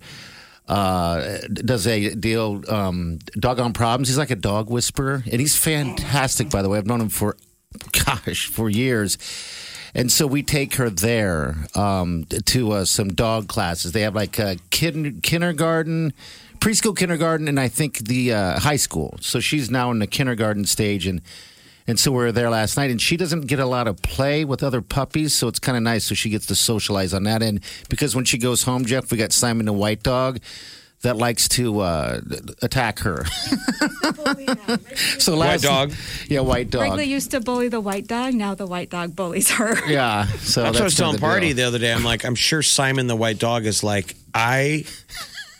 uh, d- does a deal, um, Doggone Problems. He's like a dog whisperer, and he's fantastic, by the way. I've known him for, gosh, for years. And so we take her there um, t- to uh, some dog classes. They have like a kin- kindergarten, preschool kindergarten, and I think the uh, high school. So she's now in the kindergarten stage, and and so we were there last night, and she doesn't get a lot of play with other puppies, so it's kind of nice. So she gets to socialize on that end because when she goes home, Jeff, we got Simon the white dog that likes to uh, attack her. so
White
last
dog.
yeah, white dog.
Wrigley used to bully the white dog. Now the white dog bullies her.
Yeah, so
That's what I was
Oh, kind
telling
of the
Party
deal.
the other day. I'm like, I'm sure Simon the White Dog is like, I,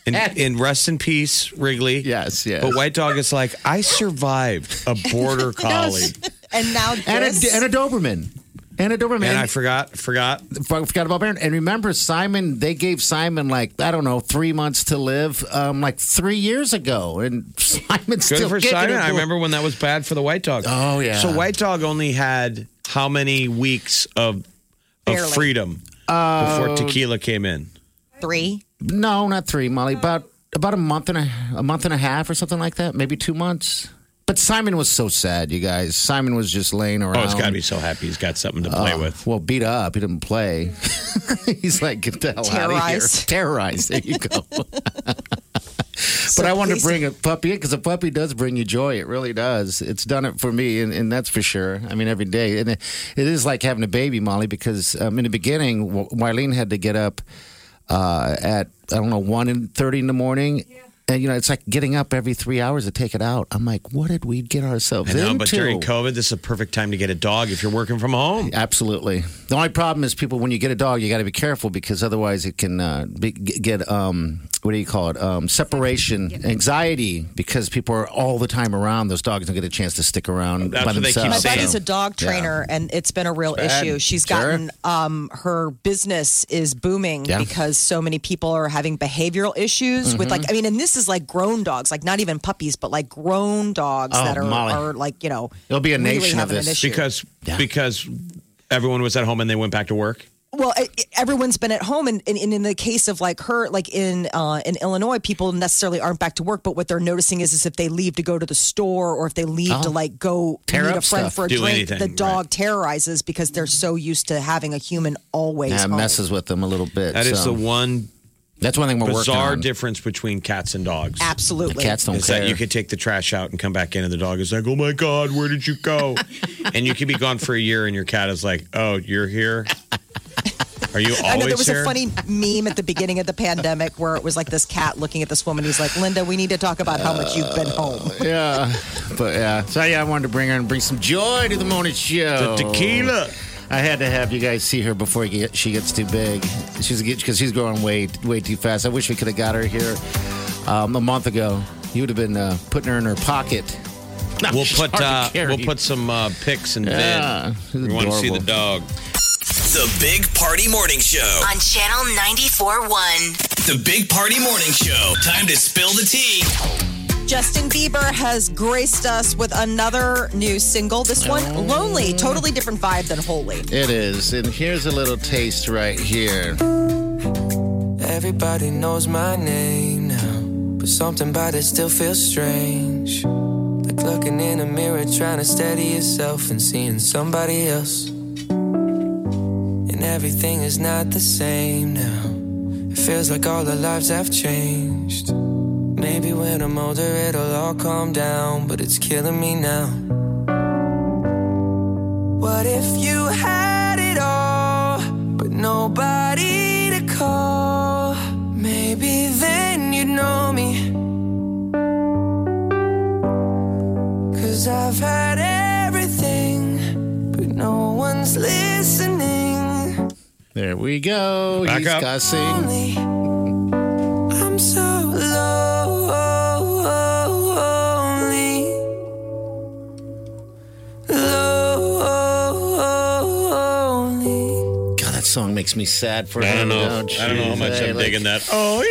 in, in rest in peace, Wrigley.
Yes, yes.
But White Dog is like, I survived a border collie.
And now this,
and a, and a Doberman. And a Doberman.
And I forgot, forgot.
I forgot about Baron. And remember, Simon, they gave Simon like, I don't know, three months to live, um, like three years ago. And Simon's
Good
still
for
kicking
Simon.
it.
I remember when that was bad for the White Dog.
Oh, yeah.
So White Dog only had how many weeks of of
Barely.
freedom
Oh.
before tequila came in?
three.
No, not three, Molly. About about a month and a, a month and a half or something like that. Maybe two months. But Simon was so sad, you guys. Simon was just laying around.
Oh, it's got to be so happy he's got something to play
Uh,
with.
Well, beat up. He didn't play. He's like, get the hell out of here.
Terrorized.
Terrorized. There you go. but I want to
please-
bring a puppy in because a puppy does bring you joy. It really does. It's done it for me, and, and that's for sure. I mean, every day. And it, it is like having a baby, Molly, because um, in the beginning, Wa- Wileen had to get up uh, at, I don't know, 1 and 30 in the morning. And, you know, it's like getting up every three hours to take it out. I'm like, what did we get ourselves
I know,
into?
but during COVID, this is a perfect time to get a dog if you're working from home.
Absolutely. The only problem is people when you get a dog, you got to be careful because otherwise it can uh, be, g- get um, what do you call it? Um, separation anxiety because people are all the time around. Those dogs don't get a chance to stick around
That's
by
what they keep
My
themselves.
saying.
buddy's a dog trainer, and it's been a real
bad.
issue. She's
Sure.
gotten um, her business is booming
Yeah.
because so many people are having behavioral issues with
Mm-hmm.
like I mean, and this is like grown dogs, like not even puppies, but like grown dogs
Oh,
that are,
Molly.
are like you know.
There'll be a
really
nation of
having an
this.
issue.
because
Yeah.
because everyone was at home and they went back to work.
well e- e- everyone's been at home and, and, and in the case of like her like in uh, in illinois people necessarily aren't back to work but what they're noticing is, is if they leave to go to the store or if they leave
Oh.
to like go
Tear
meet
up
a friend
stuff.
for a
Do
drink
anything,
the dog
right.
terrorizes because they're so used to having a human always
Yeah, it
home.
messes with them a little bit.
That is
so.
the one
that's one thing we're working
bizarre
on.
difference between cats and dogs.
absolutely
Cats don't
It's
care.
that you could take the trash out and come back in, and the dog is like, "Oh my god, where did you go?" and you could be gone for a year, and your cat is like, "Oh, you're here. Are you always
I know there was
here?"
a funny meme at the beginning of the pandemic where it was like this cat looking at this woman. He's like, Linda, we need to talk about how much you've been home.
yeah, but yeah. So yeah, I wanted to bring her and bring some joy to the morning show.
the tequila.
I had to have you guys see her before you get- she gets too big. She's because she's growing way way too fast. I wish we could have got her here um, a month ago. You would have been uh, putting her in her pocket. No,
We'll
she's
put
hard to
uh,
carry.
we'll put some uh, pics and
Yeah,
yeah,
she's
We want to see the
Ah, adorable.
dog.
The Big Party Morning Show.
On Channel 94.1.
The Big Party Morning Show. Time to spill the tea.
Justin Bieber has graced us with another new single. This one,
Oh.
Lonely, totally different vibe than Holy.
It is, and here's a little taste right here.
Everybody knows my name now, but something about it still feels strange. Like looking in a mirror, trying to steady yourself and seeing somebody else. And everything is not the same now. It feels like all our lives have changed. Maybe when I'm older, it'll all calm down, but it's killing me now. What if you had it all, but nobody to call? Maybe then you'd know me. Cause I've had everything, but no one's listening.
There we go.
Back
He's
up.
got sing.
Only I'm so lonely. Lonely.
God, that song makes me sad for
I
him.
don't know.
Oh,
I don't know how
jeez,
much
eh,
I'm
like-
digging that. Oh,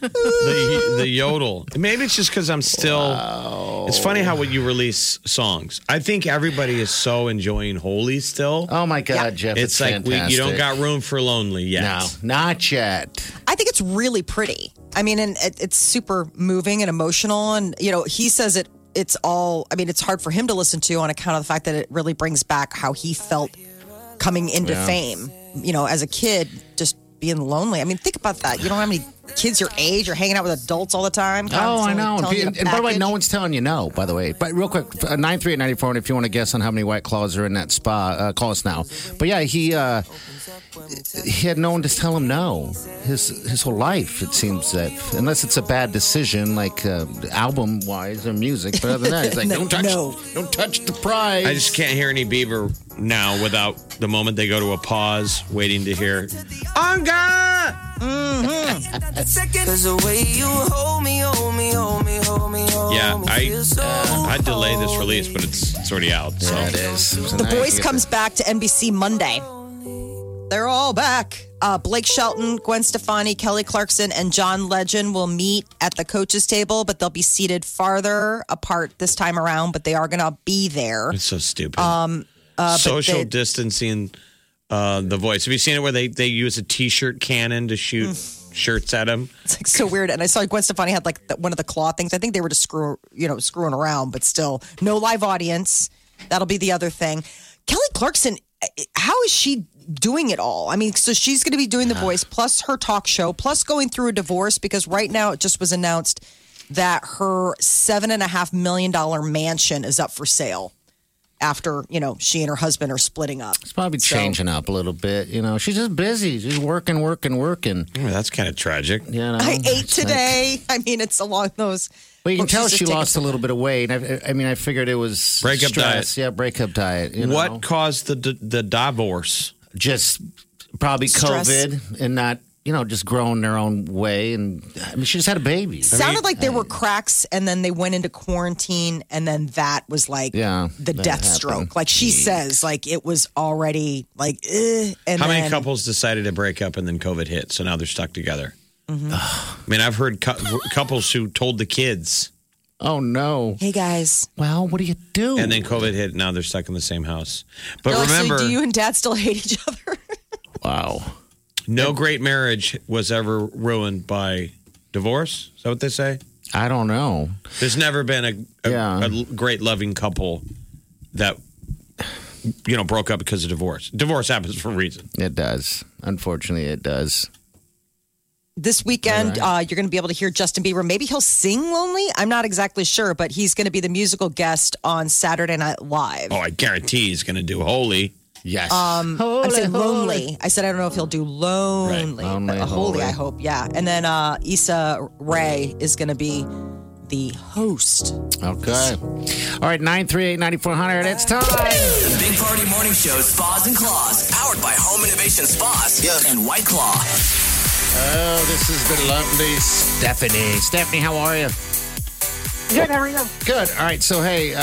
the the yodel. Maybe it's just because I'm still. It's funny how when you release songs, I think everybody is so enjoying Holy still.
Oh my God, Jeff! It's,
it's like we, you don't
fantastic.
got room for lonely yet.
No, not yet.
I think it's really pretty. I mean, and it, it's super moving and emotional. And, you know, he says it, it's all, I mean, it's hard for him to listen to on account of the fact that it really brings back how he felt coming into fame, you know, as a kid, just being lonely. I mean, think about that. You don't have any kids your age. You're hanging out with adults all the time.
Oh, I
constantly
know. And,
telling you
and
to
by the way,
package.
no one's telling you no, by the way. But real quick, uh, 938 94, and if you want to guess on how many white claws are in that spa, uh, call us now. But yeah, he uh, he had no one to tell him no his his whole life, it seems that. Unless it's a bad decision, like uh, album wise or music. But other than that, he's like,
No,
don't, touch,
no.
don't touch the prize.
I just can't hear any Bieber now without the moment they go to a pause, waiting to hear. Anga!
Cause the way you hold me, hold me, hold me, hold me, hold me.
Yeah, I-
feel so
I delay this release, but it's, it's already out. So
That is. So
The
now you
Voice
get
comes back to NBC Monday. They're all back. Uh, Blake Shelton, Gwen Stefani, Kelly Clarkson, and John Legend will meet at the coaches' table, but they'll be seated farther apart this time around. But they are going to be there.
it's so stupid. Um, Social uh,
they-
Mm.
distancing. Uh, the voice. Have you seen it where they, they use a T-shirt cannon to shoot shirts at him.
It's like so weird. And I saw Gwen Stefani had like the, one of the claw things. I think they were just screw, you know, screwing around, but still no live audience. That'll be the other thing. Kelly Clarkson, eh, how is she doing it all? I mean, so she's going to be doing The Voice plus her talk show plus going through a divorce because right now it just was announced that her seven and a half million dollar mansion is up for sale after you know she and her husband are splitting up.
It's probably changing up a little bit. You know, she's just busy. She's working, working, working.
Yeah, that's kind of tragic.
You know,
I ate
It's like-
today. I mean, it's along those.
Well, you can
Look,
tell
she's just
she
taking
lost a
some-
little bit of weight. I, I mean, I figured it was
Breakup
stress. Yeah, breakup diet. You know?
What caused the d- the divorce?
Just probably
Stress.
COVID and not, you know, just growing their own way. And I mean, she just had a baby.
sounded like there were cracks and then they went into quarantine and then that was like
Yeah,
the
that
death
happened.
stroke like she says like it was already like eh, and
How
then,
many couples decided to break up and then COVID hit, so now they're stuck together? I mean, I've heard cou- couples who told the kids,
Oh no!
hey guys
Well, what do you do?
and then COVID hit, now they're stuck in the same house. But
They're like, so
remember,
do you and dad still hate each other
wow,
no great marriage was ever ruined by divorce. Is that what they say?
I don't know.
There's never been a, a,
Yeah.
a l- great loving couple that you know broke up because of divorce. Divorce happens for a reason.
It does. Unfortunately, it does.
this weekend uh, you're going to be able to hear justin bieber maybe he'll sing lonely i'm not exactly sure but he's going to be the musical guest on saturday night live
Oh, I guarantee he's going to do holy.
Yes. Um,
I said lonely. I said I don't know if he'll do lonely,
Right.
but
Lonely,
holy,
holy.
I hope, yeah. And then uh, Issa Rae is going to be the host.
Okay. Oh, All right, 938-9400. It's time.
The Big Party Morning Show Spas and Claws, powered by Home Innovation Spas and White Claw.
Oh, this is the lovely Stephanie. Stephanie, how are you?
Good, how are you?
Good. All right. So, hey, uh,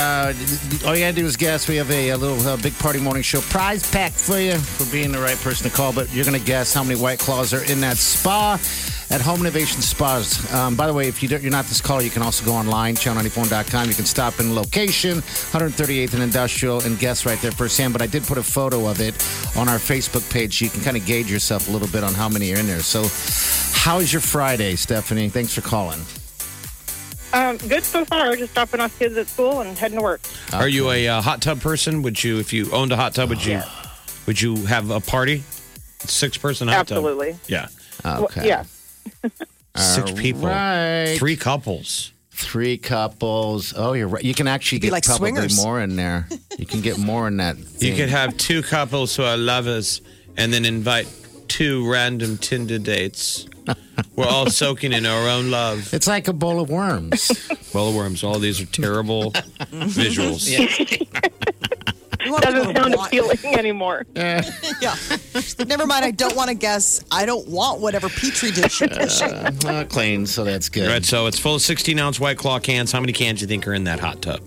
all you got to do is guess. We have a, a little uh, big party morning show prize pack for you for being the right person to call. But you're going to guess how many White Claws are in that spa at Home Innovation Spas. Um, by the way, if you don't, you're not this call, you can also go online, channel94.com. You can stop in location, 138th and Industrial, and guess right there firsthand. But I did put a photo of it on our Facebook page so you can kind of gauge yourself a little bit on how many are in there. So, how's your Friday, Stephanie? Thanks for calling.
Um, good so far. We're just dropping off kids at school and heading to work.
Are you a uh, hot tub person? Would you, if you owned a hot tub, would you, would you have a party? Six person hot
Absolutely.
tub. Yeah,
Well,
Okay.
yeah.
six people,
right.
three couples.
Three couples. Oh, you're right. You can actually
be
get
like
probably
swingers.
more in there. You can get more in that.
You could have two couples who are lovers, and then invite two random Tinder dates. We're all soaking in our own love.
It's like a bowl of worms.
Well, worms. All these are terrible visuals.
You wanna go
Doesn't
to
sound
Wa-
appealing anymore.
Eh.
Yeah. Never mind. I don't want to guess. I don't want whatever petri dish you're pushing.
uh, clean, so that's good.
All right, so it's full of 16 ounce White Claw cans. How many cans do you think are in that hot tub?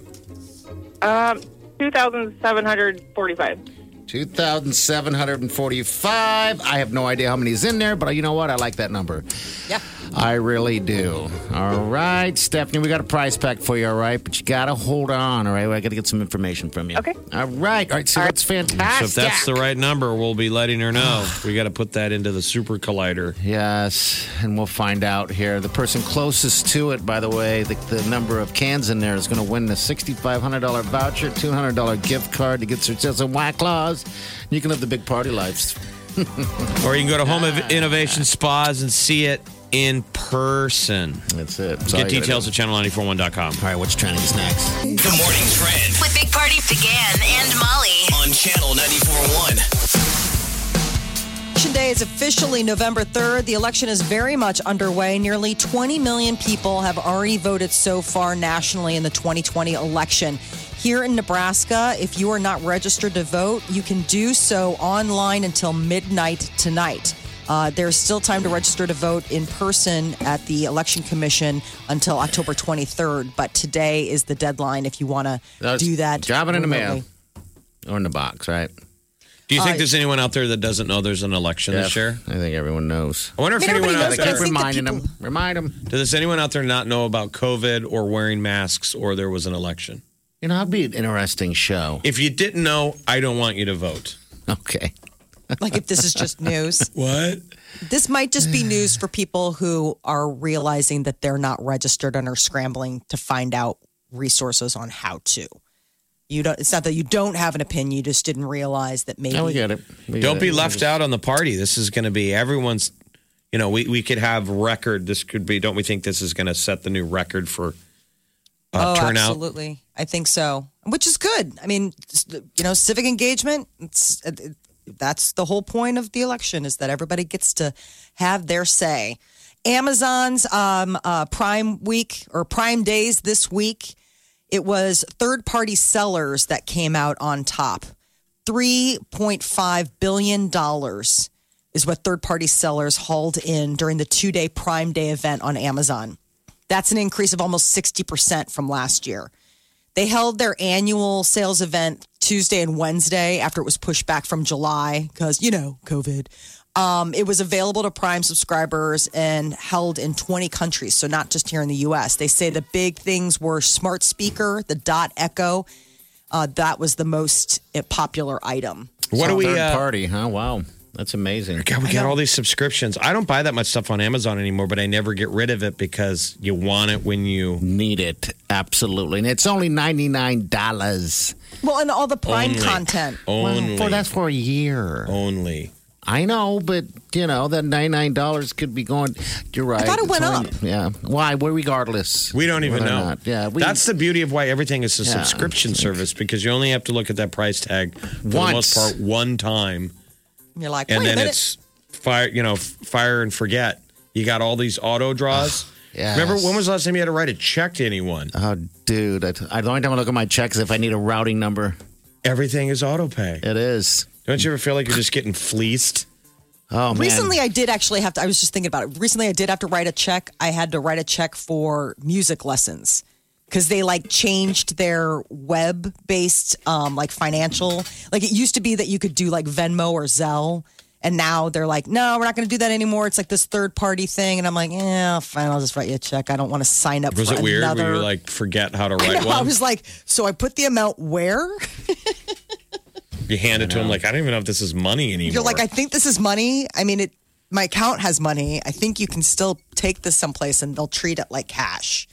Um, 2,745.
2,745. I have no idea how many is in there, but you know what? I like that number.
Yeah.
I really do. All right, Stephanie, we got a prize pack for you, all right? But you got to hold on, all right? I got to get some information from you.
Okay.
All right. All right, so that's
So
fantastic.
if that's the right number, we'll be letting her know. we got to put that into the super collider.
Yes, and we'll find out here. The person closest to it, by the way, the, the number of cans in there is going to win the $6,500 voucher, $200 gift card to get yourself some White Claws. You can live the big party life.
Or you can go to Home of Innovation Spas and see it in person.
That's it. That's all
Get
you gotta
details
do.
at channel941.com.
All right, what's trending is next?
Good morning, trend
With Big Party began and Molly.
on channel 941.
Election Day is officially November 3rd. The election is very much underway. Nearly 20 million people have already voted so far nationally in the 2020 election. Here in Nebraska, if you are not registered to vote, you can do so online until midnight tonight. Uh, there's still time to register to vote in person at the Election Commission until October 23rd, but today is the deadline if you want to
That's
do that.
Drop it in the mail
remotely.
or in the box, right?
Do you think
I-
there's anyone out there that doesn't know there's an election this
Yeah,
year?
I think everyone knows.
Oh, I wonder if
I mean,
anyone
everybody
out
knows, but I
there
Keep
think the
reminding them.
people-
Remind them.
does anyone out there not know about COVID or wearing masks or there was an election?
You know, that'd be an interesting show.
If you didn't know, I don't want you to vote.
Okay.
Like if this is just news,
What?
this might just be news for people who are realizing that they're not registered and are scrambling to find out resources on how to. You don't. It's not that you don't have an opinion; you just didn't realize that maybe.
No, we get it. We
Don't
get
be
it.
left out on the party. This is going to be everyone's. You know, we we could have record. This could be. Don't we think this is going to set the new record for uh,
oh,
turnout?
absolutely. I think so, which is good. I mean, just, you know, civic engagement. It's it, that's the whole point of the election is that everybody gets to have their say. Amazon's um, uh, Prime Week or Prime Days this week, it was third party sellers that came out on top. $3.5 billion is what third party sellers hauled in during the two day Prime Day event on Amazon. That's an increase of almost 60% from last year. They held their annual sales event Tuesday and Wednesday after it was pushed back from July because, you know, COVID. Um, it was available to Prime subscribers and held in 20 countries, so not just here in the US. They say the big things were Smart Speaker, the Dot Echo. Uh, that was the most uh, popular item.
What do we?
Third
Uh,
party, huh? Wow, that's amazing.
God, we got all these subscriptions. I don't buy that much stuff on Amazon anymore, but I never get rid of it because you want it when you.
Need it absolutely, and it's only ninety nine dollars.
Well, and all the Prime
Only.
content.
Only.
For that's for a year.
only.
I know, but you know that ninety nine dollars could be going. You're right.
thought it
It's
went
only- Yeah. Why? Well, regardless,
We don't even
whether or
know.
not. Yeah. We,
That's the beauty of why everything is a
Yeah.
subscription service because you only have to look at that price tag for the most
Once.
part one time,
And you're like,
and
wait
then
a minute.
it's fire. You know, f- fire and forget. You got all these auto draws.
yes.
Remember when was the last time you had to write a check to anyone?
Oh, dude! I, I, the only time I look at my check is if I need a routing number.
Everything is auto pay.
It is.
Don't you ever feel like you're just getting fleeced?
Oh man.
Recently, I did actually have to. I was just thinking about it. Recently, I did have to write a check. I had to write a check for music lessons because they like changed their web based, um, like financial. Like it used to be that you could do like Venmo or Zelle, and now they're like, no, we're not going to do that anymore. It's like this third party thing, and I'm like, yeah, fine, I'll just write you a check. I don't want to sign up.
Was
for
it weird?
Another...
Were you like forget how to
I
write
know, I
one?
was like, so I put the amount where?
you hand it to him like I don't even know if this is money anymore.
You're like, I think this is money. I mean, it. My account has money. I think you can still take this someplace and they'll treat it like cash.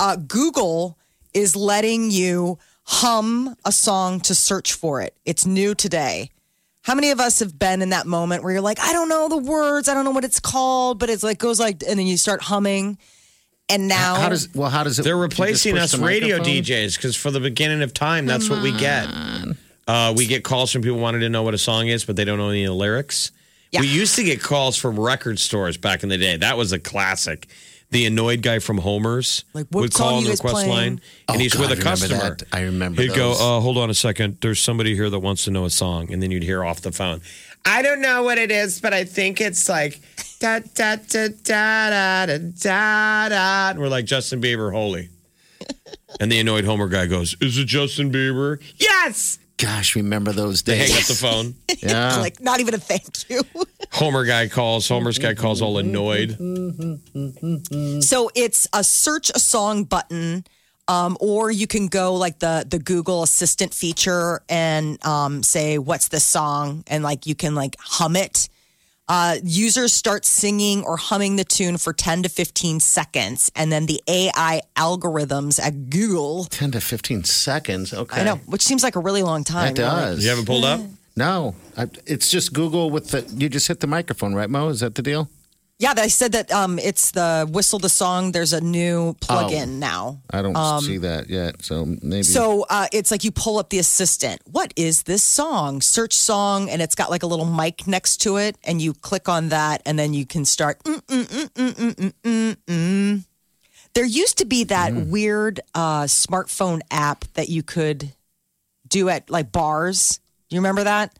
Uh, Google is letting you hum a song to search for it. It's new today. How many of us have been in that moment where you're like, I don't know the words, I don't know what it's called, but it's like goes like, and then you start humming, and now
How does? Well, how does it?
They're
you just
replacing
push
us
the
radio
microphone?
DJs because for the beginning of time, that's what we get. Uh, we get calls from people wanting to know what a song is, but they don't know any of the lyrics.
Yeah.
We used to get calls from record stores back in the day. That was a classic. The annoyed guy from Homer's
Like, what
would
song
call on
you
the
guys
request
playing?
line, and
Oh,
he's
God,
with a
I remember
customer.
that. I remember
He'd go,
those.
uh, "Hold on a second. There's somebody here that wants to know a song," and then you'd hear off the phone, "I don't know what it is, but I think it's like da da da da da da da." da." And we're like Justin Bieber, holy. And the annoyed Homer guy goes, "Is it Justin Bieber?" Yes.
Gosh, remember those
They hang
days?
up the phone.
yeah.
like not even a thank you.
Homer guy calls. Homer's guy calls, all annoyed.
So it's a search a song button, um, or you can go like the the Google Assistant feature and um, say what's this song, and like you can like hum it. Uh, users start singing or humming the tune for 10 to 15 seconds, and then the AI algorithms at Google,
Ten to fifteen seconds. Okay.
I know, which seems like a really long time.
It
You're like,
does.
You haven't pulled up.
No, I, it's just Google with the. You just hit the microphone, right, Mo? Is that the deal?
Yeah, they said that um, it's the whistle the song. There's a
Oh.
new plug-in now.
I don't see that yet, so maybe.
Mm-hmm.
So uh, it's like you pull up the assistant. What is this song? Search song, and it's got like a little mic next to it, and you click on that, and then you can start. Mm, mm, mm, mm, mm, mm, mm, mm. There used to be that
Mm-hmm.
weird uh, smartphone app that you could do at like bars. Do you remember that?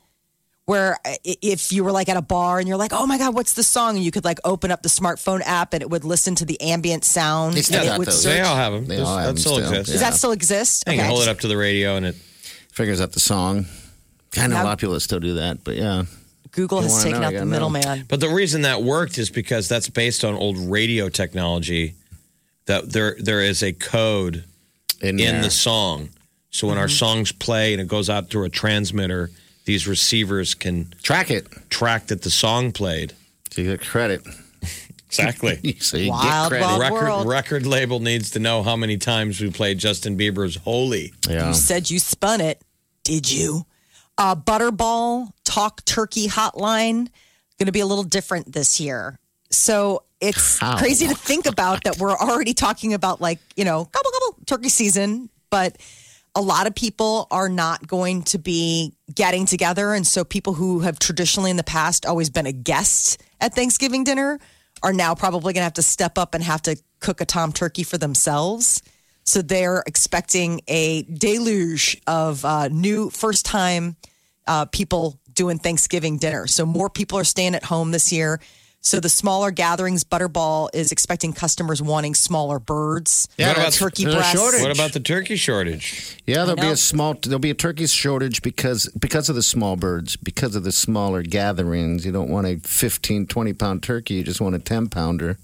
Where uh, i- if you were like at a bar and you're like, oh my god, what's the song? And you could like open up the smartphone app and it would listen to the ambient sound.
They still
and it
got
would
those.
They
search-
all have them.
They
Those-
all have
that
them
still
still,
exists.
Does
yeah.
that still exist?
I
Okay,
can
I
hold
just-
it up to the radio, and it
figures out the song. Kind of a lot of people that still do that, but yeah.
Google
You
has
wanna
taken
know,
out
you
the
gotta know.
middleman.
But the reason that worked is because that's based on old radio technology. That there there is a code in
there.
Mm-hmm.
the song. So when our songs play and it goes out through a transmitter, these receivers can
Track it.
track that the song played.
So you get credit.
Exactly.
So you
Wild,
get credit.
wild-
record
world.
record label needs to know how many times we played Justin Bieber's "Holy."
Yeah.
You said you spun it. Did you? Uh, Butterball Talk Turkey Hotline going to be a little different this year. So it's
How?
crazy to think about that we're already talking about like you know gobble gobble turkey season, but a lot of people are not going to be getting together, and so people who have traditionally in the past always been a guest at Thanksgiving dinner are now probably going to have to step up and have to cook a tom turkey for themselves. So they're expecting a deluge of uh, new first time uh, people doing Thanksgiving dinner. So more people are staying at home this year. So the smaller gatherings, Butterball is expecting customers wanting smaller birds,
Yeah,
uh,
that's-
turkey
there's a
breasts.
shortage.
What about the turkey shortage?
Yeah, there'll be
know.
a small there'll be a turkey shortage because because of the small birds, because of the smaller gatherings. You don't want a 15, 20 pound turkey, you just want a 10 pounder.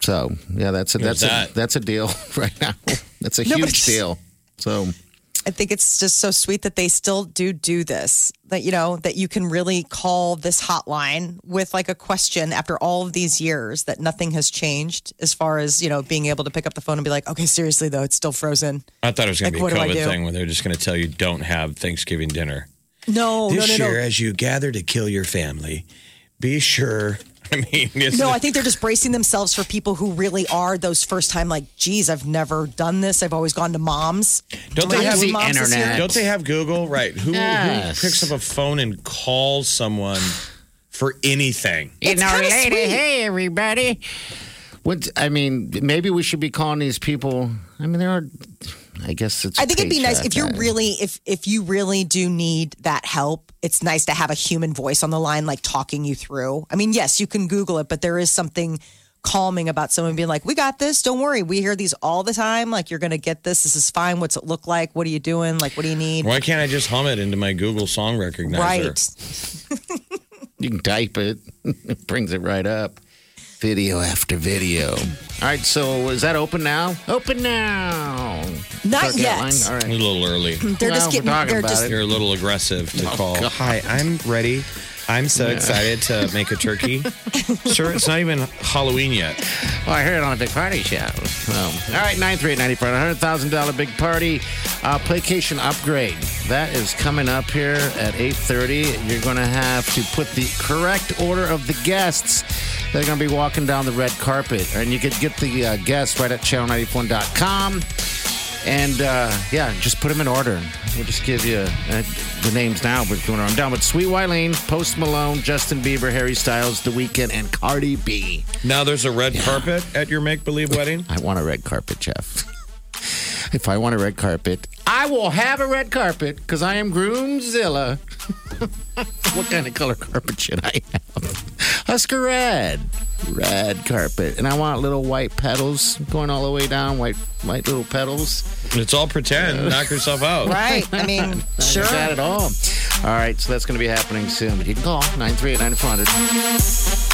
So, yeah, that's a
There's
that's a
that.
that's a deal right now. That's a
No, but
huge
it's-
deal. So,
I think it's just so sweet that they still do do this. That you know that you can really call this hotline with like a question after all of these years that nothing has changed as far as you know being able to pick up the phone and be like, okay, seriously though, it's still frozen.
I thought it was going
Like,
to
what do I
be a COVID
do?
thing where they're just going to tell you don't have Thanksgiving dinner.
Oh, No,
this
no, no,
year,
no.
as you gather to kill your family, be sure. I mean, it's
No, I think they're just bracing themselves for people who really are those first time like, geez, I've never done this. I've always gone to mom's.
don't they
Mine
have
was mom's this year.
don't they have Google? Right? Who,
Yes.
who picks up a phone and calls someone for anything?
you know,
kinda
lady,
sweet.
hey everybody. What I mean, maybe we should be calling these people. I mean, there are I guess it's a
I think it'd be nice
paycheck,
if you're
I-
really if if you really do need that help. It's nice to have a human voice on the line, like talking you through. I mean, yes, you can Google it, but there is something calming about someone being like, "We got this. Don't worry. We hear these all the time. Like you're gonna get this. This is fine. What's it look like? What are you doing? Like what do you need?"
Why can't I just hum it into my Google song recognizer?
Right.
You can type it, it brings it right up. Video after video. All right, so is that open now? Open now.
Not
Start that
yet.
line? All
A
right.
little early.
They're just
Well,
getting.
we're talking
They're
about
just.
it.
You're a little aggressive to
Oh,
call. Hi, I'm ready. I'm so excited to make a turkey. Sure, it's not even Halloween yet.
Well, I heard it on a big party show. Well, all right, nine three ninety four, hundred thousand dollar big party, uh, playcation upgrade. That is coming up here at eight thirty. You're going to have to put the correct order of the guests. They're going to be walking down the red carpet, and you could get the uh, guests right at channel94.com. And uh, yeah, just put them in order. We'll just give you uh, the names now. But going on down with Sweet Wylene, Post Malone, Justin Bieber, Harry Styles, The Weeknd, and Cardi B.
Now there's a red carpet at your make believe wedding.
I want a red carpet, Jeff. if I want a red carpet, I will have a red carpet because I am Groomzilla. what kind of color carpet should I have? Husker red, red carpet, and I want little white petals going all the way down. White, white little petals.
It's all pretend. Knock yourself out.
Right. I mean,
Sure.
sure.
That at all. All right, so that's going to be happening soon. But you can call 938 9400.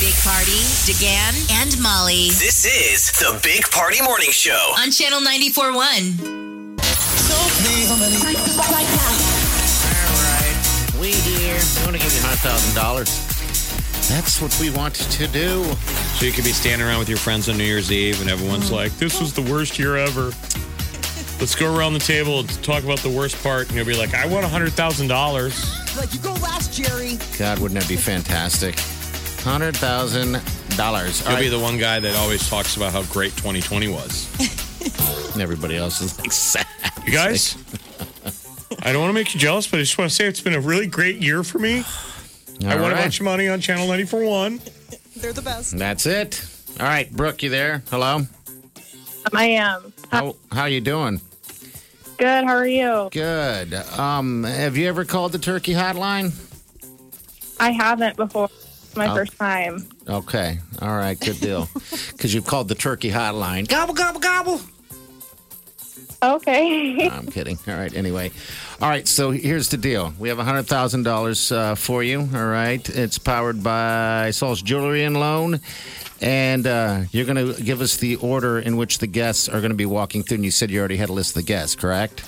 Big Party, DeGan, and Molly
This is the Big Party Morning Show.
on Channel 94.1.
All right, we here. We want to give you $100,000. That's what we want to do.
So
Mm.
you could be standing around with your friends on New Year's Eve, and everyone's like, "This was the worst year ever." Let's go around the table and talk about the worst part, and you'll be like, I want $100,000.
Like you go last, Jerry.
God, wouldn't that be fantastic? Hundred thousand dollars.
You'll be the one guy that always talks about how great 2020 was.
and everybody else is like sad.
You guys, I don't want to make you jealous, but I just want to say it's been a really great year for me. I
All
won a
right.
bunch of money on Channel 90 for one.
They're the best.
That's it. All right, Brooke, you there? Hello.
I am.
How how you doing?
Good. How are you?
Good. Um, have you ever called the turkey hotline?
I haven't before. It's My
Oh.
first time.
Okay. All right. Good deal. Because you've called the turkey hotline. Gobble gobble gobble.
Okay.
I'm kidding. All right. Anyway, all right. So here's the deal. We have hundred thousand uh, dollars for you. All right. It's powered by Saul's Jewelry and Loan, and uh, you're going to give us the order in which the guests are going to be walking through. And you said you already had a list of the guests, correct?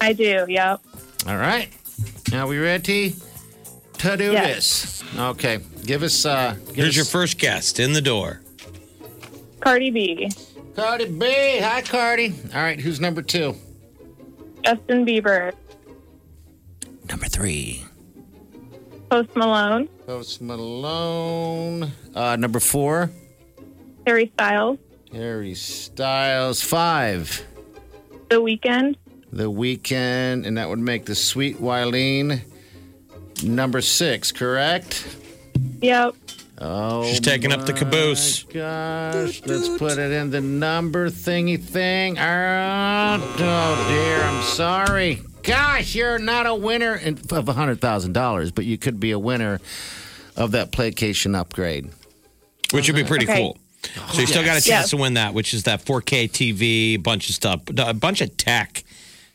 I do. Yep.
All right. Now we ready to do
Yes.
this? Okay. Give us. Uh, give
Here's
us-
your first guest in the door.
Cardi B,
Cardi B. Hi, Cardi. All right. Who's number two?
Justin Bieber,
Number three.
Post Malone,
Post Malone. Uh, number four.
Harry Styles,
Harry Styles. Five.
The Weeknd,
The Weekend, and that would make the Sweet Wileen number six, correct?
Yep.
Oh,
She's taking up the
my
caboose.
Gosh, let's put it in the number thingy thing. Ah, Oh dear, I'm sorry. Gosh, you're not a winner in- of hundred thousand dollars, but you could be a winner of that placation upgrade.
which would be pretty
Okay.
cool. So you still got a
Yes.
chance to
Yeah.
win that, which is that 4K TV, bunch of stuff, a bunch of tech,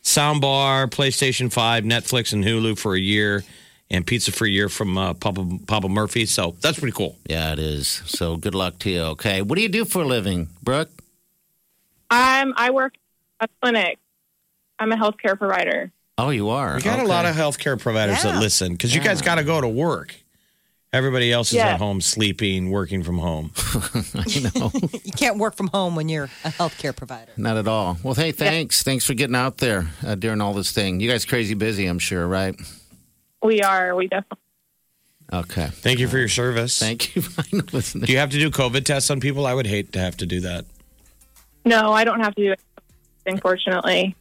soundbar, PlayStation 5, Netflix, and Hulu for a year, and pizza for a year from uh, Papa Papa Murphy. So that's pretty cool.
Yeah, it is. So good luck to you. Okay, what do you do for a living, Brooke?
I'm. I work at a clinic. I'm a healthcare provider.
Oh, you are.
We got a lot of healthcare providers that listen because you guys got to go to work. Everybody else is
Yeah.
at home sleeping, working from home.
I know.
You can't work from home when you're a healthcare provider.
Not at all. Well, hey, thanks. Thanks for getting out there uh, during all this thing. You guys crazy busy, I'm sure, right?
We are. We definitely.
Okay.
Thank you for your service.
Thank you. I know, listen.
do you have to do COVID tests on people? I would hate to have to do that.
No, I don't have to do it. Unfortunately.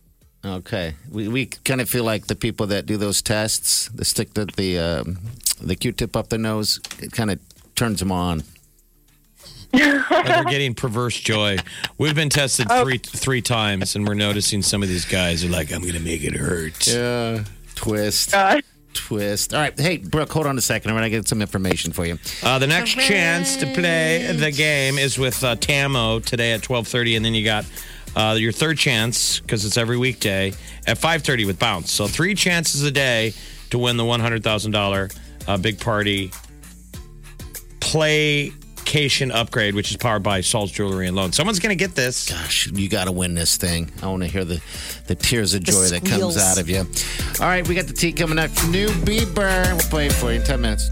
Okay. We, we kind of feel like the people that do those tests, the stick that the um, the Q-tip up their nose, it kind of turns them on.
like we're getting perverse joy. We've been tested three three times, and we're noticing some of these guys are like, "I'm gonna make it hurt."
Yeah. Twist. Twist. All right. Hey, Brooke, hold on a second. I'm going to get some information for you.
Uh, the next chance to play the game is with uh, Tamo today at 12:30, and then you got uh, your third chance because it's every weekday at 5:30 with Bounce. So three chances a day to win the $100,000 uh, big party playcation upgrade, which is powered by Saul's Jewelry and Loan. Someone's gonna get this.
Gosh, you got to win this thing. I want to hear the, the tears of joy that comes
squeals.
out of you. All right, we got the tea coming up. New Bieber. We'll play it for you in 10 minutes.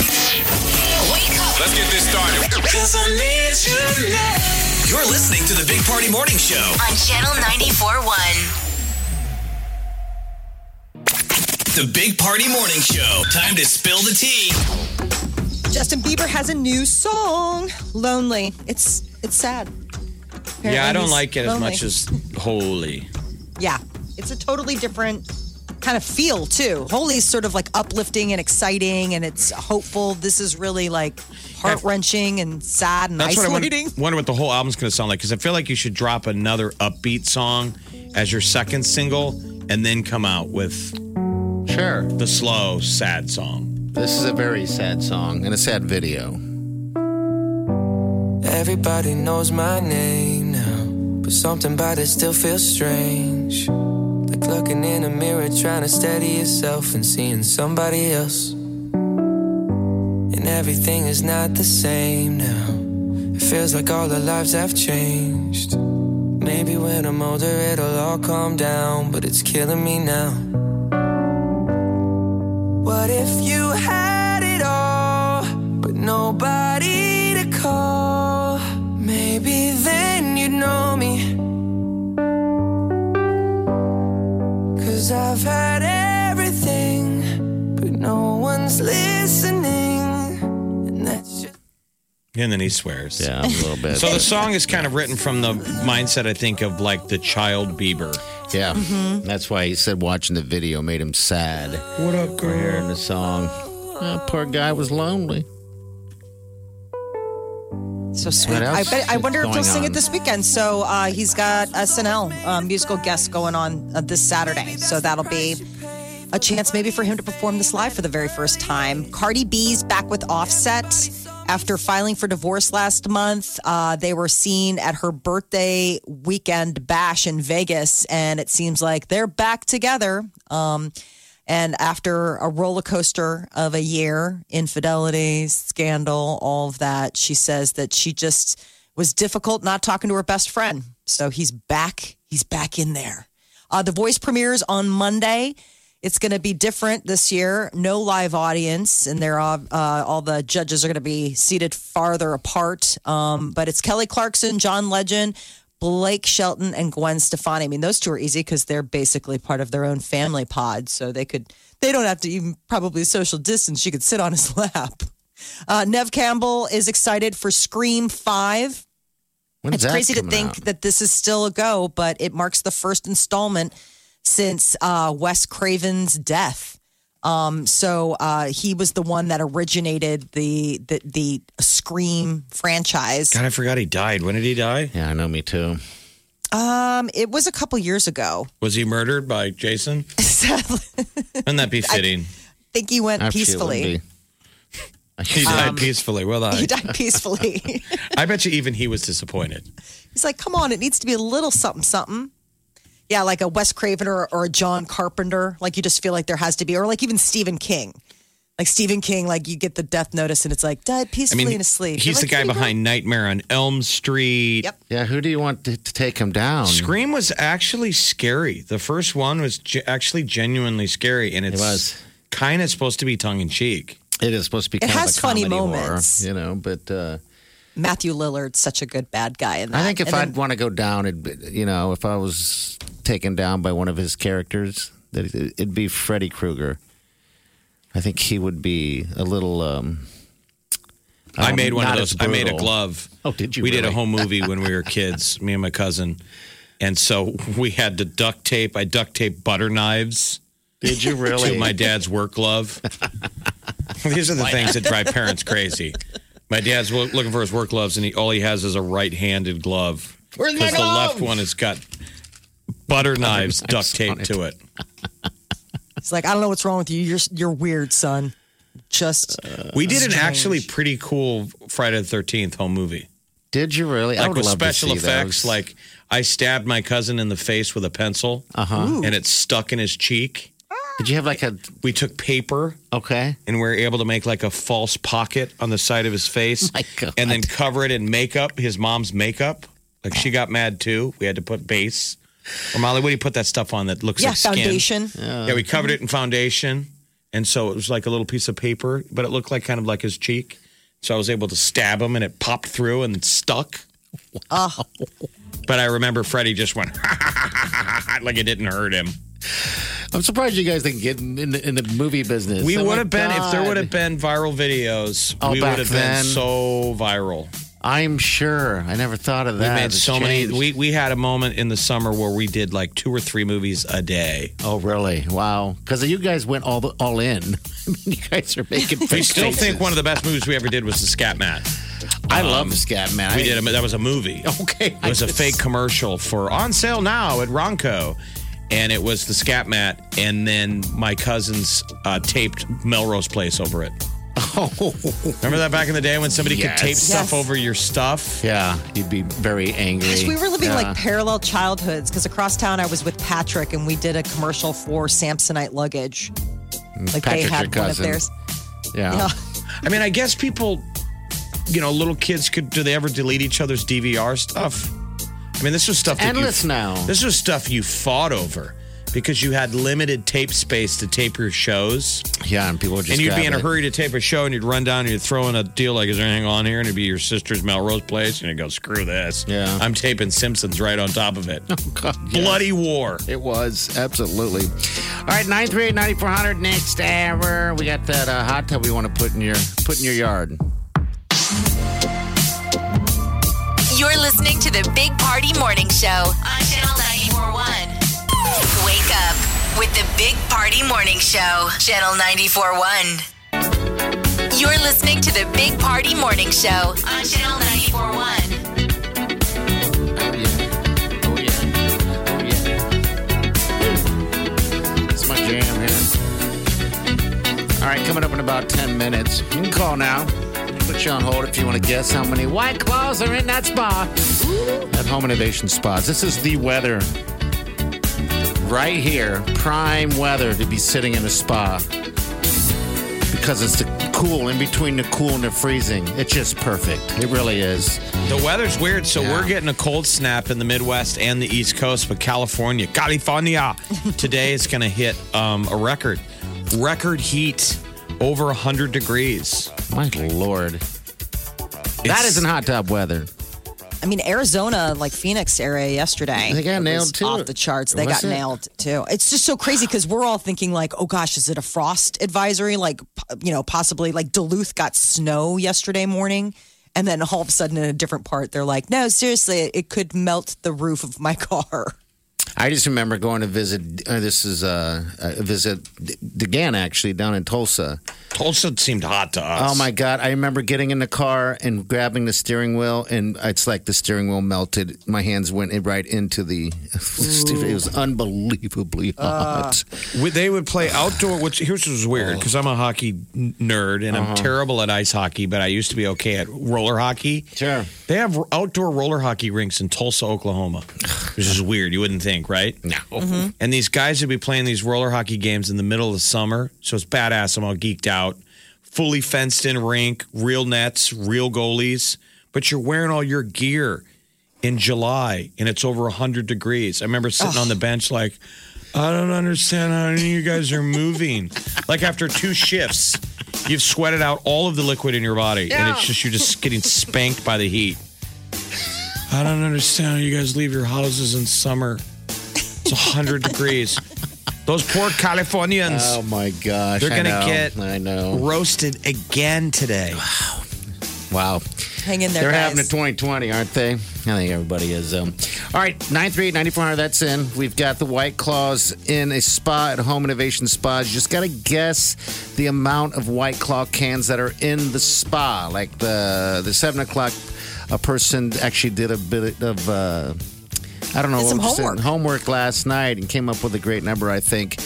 Let's get this started. You're listening to the Big Party Morning Show.
On Channel 94.1.
The Big Party Morning Show. Time to spill the tea.
Justin Bieber has a new song, "Lonely." It's it's sad.
yeah, I
Apparently
don't
he's
like it as
lonely.
much as holy.
Yeah, it's a totally different kind of feel too. Holy is sort of like uplifting and exciting, and it's hopeful. This is really like heart wrenching and sad and
That's what I wonder,
isolating.
wonder what the whole album's going to sound like because I feel like you should drop another upbeat song as your second single and then come out with
Sure.
the slow, sad song.
This is a very sad song and a sad video.
Everybody knows my name now, but something about it still feels strange. Like looking in a mirror, trying to steady yourself and seeing somebody else. And everything is not the same now. It feels like all our lives have changed. Maybe when I'm older, it'll all calm down, but it's killing me now. What if you had it all, but nobody to call? Maybe then you'd know me. Cause I've had everything, but no one's listening. And that's just.
And then he swears. Yeah,
a little bit.
So the song is kind of written from the mindset, I think, of like the child Bieber.
Yeah.
Mm-hmm.
That's why he said watching the video made him sad.
What up,
girl? hearing the song. That poor guy was lonely.
So sweet.
What
I,
else
bet, I
is
wonder if
going
he'll sing
on?
it this weekend. So uh, he's got SNL uh, musical guest going on uh, this Saturday. So that'll be a chance maybe for him to perform this live for the very first time. Cardi B's back with Offset after filing for divorce last month. Uh, they were seen at her birthday weekend bash in Vegas, and it seems like they're back together. Um, and after a roller coaster of a year, infidelity, scandal, all of that, she says that she just was difficult not talking to her best friend. So he's back. He's back in there. Uh, the voice premieres on Monday. It's going to be different this year. No live audience, and they're all, uh, all the judges are going to be seated farther apart. Um, but it's Kelly Clarkson, John Legend, Blake Shelton, and Gwen Stefani. I mean, those two are easy because they're basically part of their own family pod, so they could they don't have to even probably social distance. She could sit on his lap. Uh, Nev Campbell is excited for Scream Five
When's
it's
that
crazy to
coming
think
out?
that this is still a go, but it marks the first installment since uh, Wes Craven's death. Um, so uh, he was the one that originated the the, the Scream franchise.
God, I forgot he died. When did he die?
Yeah, I know, me too.
Um, it was a couple years ago.
Was he murdered by Jason?
Sadly,
Wouldn't that be fitting?
I think he went
Actually, it
peacefully.
wouldn't be. He
Uh,
died peacefully. Well, I,
He died peacefully.
I bet you even he was disappointed.
He's like, come on, it needs to be a little something, something. Yeah, like a Wes Craven or, or a John Carpenter. Like you just feel like there has to be, or like even Stephen King. Like Stephen King, like you get the death notice and it's like died
I
peacefully
mean,
in his sleep.
he's the
You're
guy
like,
behind Nightmare on Elm Street. Yep.
Yeah, who do you want to, to take him down?
Scream was actually scary. The first one was ge- actually genuinely scary, and it's kind of supposed to be tongue in cheek.
It is supposed to be.
It kind of has a funny comedy horror, moments.
you know, but uh,
Matthew Lillard's such a good bad guy in that.
I think if
And
I'd
then-
want to go down, it'd be, you know, if I was taken down by one of his characters, that it- it'd be Freddy Krueger. I think he would be a little. Um,
I made one of
not
those.
as
I made a
brutal.
glove.
Oh, did you?
We did a
really?
home movie when we were kids, me and my cousin, and so we had to duct tape. I duct tape butter knives.
Did you
To
really?
my dad's work glove. These are the things that drive parents crazy. My dad's wo- looking for his work gloves, and he, all he has is a right-handed glove.
Where's my
the left
gloves?
one has got butter knives duct taped to it.
He's like, I don't know what's wrong with you. You're you're weird, son. Just
We did an
strange.
actually pretty cool Friday the Thirteenth home movie.
Did you really? I
Like
would
with
love to
special
see
effects,
those.
like I stabbed my cousin in the face with a pencil,
Uh-huh. Ooh.
and it stuck in his cheek.
Did you have like a?
We took paper,
okay,
and we were able to make like a false pocket on the side of his face, and then cover it in makeup. His mom's makeup. Like she got mad too. We had to put base. Or Molly, what do you put that stuff on that looks
Yeah,
like skin?
foundation.
Yeah, we covered it in foundation, and so it was like a little piece of paper, but it looked like kind of like his cheek. So I was able to stab him, and it popped through and stuck. But I remember Freddie just went like it didn't hurt him.
I'm surprised you guys didn't get in, in, the, in the movie business.
we
Oh
would
my
have been if there
God.
would have been viral videos.
Oh,
we
back
would have
then.
been so viral.
I'm sure. I never thought of
We
that.
made
It's
so many.
changed.
We we had a moment in the summer where we did like two or three movies a day.
Oh, really? Wow. Because you guys went all the, all in. I mean, you guys are making.
We
fake
still
faces.
think one of the best movies we ever did was the Scat Man.
I love the Scat Man.
We
I-
did a, that was a movie.
Okay,
it was a fake commercial for on sale now at Ronco, and it was the Scat Mat, and then my cousins uh, taped Melrose Place over it.
Oh,
Remember that back in the day when somebody
Yes.
could tape
Yes.
stuff over your stuff?
Yeah, you'd be very angry.
Gosh, we were living
Yeah.
like parallel childhoods because across town I was with Patrick and we did a commercial for Samsonite luggage.
Mm,
Like
Patrick's
they had
your
one of
cousin.
theirs.
Yeah.
I mean, I guess people, you know, little kids could do they ever delete each other's DVR stuff? I mean, this was stuff that you-
Endless now.
This was stuff you fought over. because you had limited tape space to tape your shows.
Yeah, and people would just
and you'd be in a
grabbing it.
hurry to tape a show, and you'd run down and you'd throw in a deal like, "Is there anything on here?" And it'd be your sister's Melrose Place, and you'd go, "Screw this! Yeah, I'm taping Simpsons right on top of it."
Oh,
Bloody war!
It was absolutely. All right, 938 9400 next hour. We got that uh, hot tub we want to put in your put in your yard.
You're listening to the Big Party Morning Show on Channel 941. Wake up with the Big Party Morning Show, Channel 941. You're listening to the Big Party Morning Show on Channel 941.
It's my jam here. All right, coming up in about 10 minutes. You can call now. Put you on hold if you want to guess how many white claws are in that spa. At Home Innovation Spas. This is the weather. Right here, prime weather to be sitting in a spa. Because it's the cool, in between the cool and the freezing. It's just perfect. It really is.
The weather's weird, so we're getting a cold snap in the Midwest and the East Coast, but California, California, today is going to hit um, a record, record heat, over 100 degrees.
My lord. that isn't hot tub weather.
I mean, Arizona, like Phoenix area yesterday.
They got
was
nailed, too.
Off the charts. They
Was
got
it?
nailed too. It's just so crazy because we're all thinking, like, oh gosh, is it a frost advisory? Like, p- you know, possibly like Duluth got snow yesterday morning. And then all of a sudden in a different part, they're like, no, seriously, it could melt the roof of my car.
I just remember going to visit. Uh, this is uh, a visit D- Degan actually down in Tulsa.
Tulsa seemed hot to us.
Oh my god! I remember getting in the car and grabbing the steering wheel, and it's like the steering wheel melted. My hands went in- right into the. it was unbelievably hot.
We- They would play outdoor. Which here's what's weird because I'm a hockey n- nerd and I'm
Uh-huh.
terrible at ice hockey, but I used to be okay at roller hockey.
Sure.
They have outdoor roller hockey rinks in Tulsa, Oklahoma, which is weird. You wouldn't think, right? No.
Mhm.
And these guys would be playing these roller hockey games in the middle of the summer, so it's badass. I'm all geeked out. Fully fenced in rink, real nets, real goalies, but you're wearing all your gear in July and it's over 100 degrees. I remember sitting on the bench like, I don't understand how any of you guys are moving. like after two shifts, you've sweated out all of the liquid in your body and it's just you're just getting spanked by the heat. I don't understand how you guys leave your houses in summer. It's 100 degrees. Those poor Californians.
Oh my gosh!
They're
I
gonna
know,
get
I know.
Uh, roasted again today.
Wow.
Hang in there,
They're
guys.
having a 2020, aren't they? I think everybody is. Um, all right, 938 9400, that's in. We've got the White Claws in a spa at Home Innovation Spas. You just got to guess the amount of White Claw cans that are in the spa. Like the the 7 o'clock, a person actually did a bit of. Uh, I don't know.
Did some
what was it?
homework.
homework last night and came up with a great number, I think.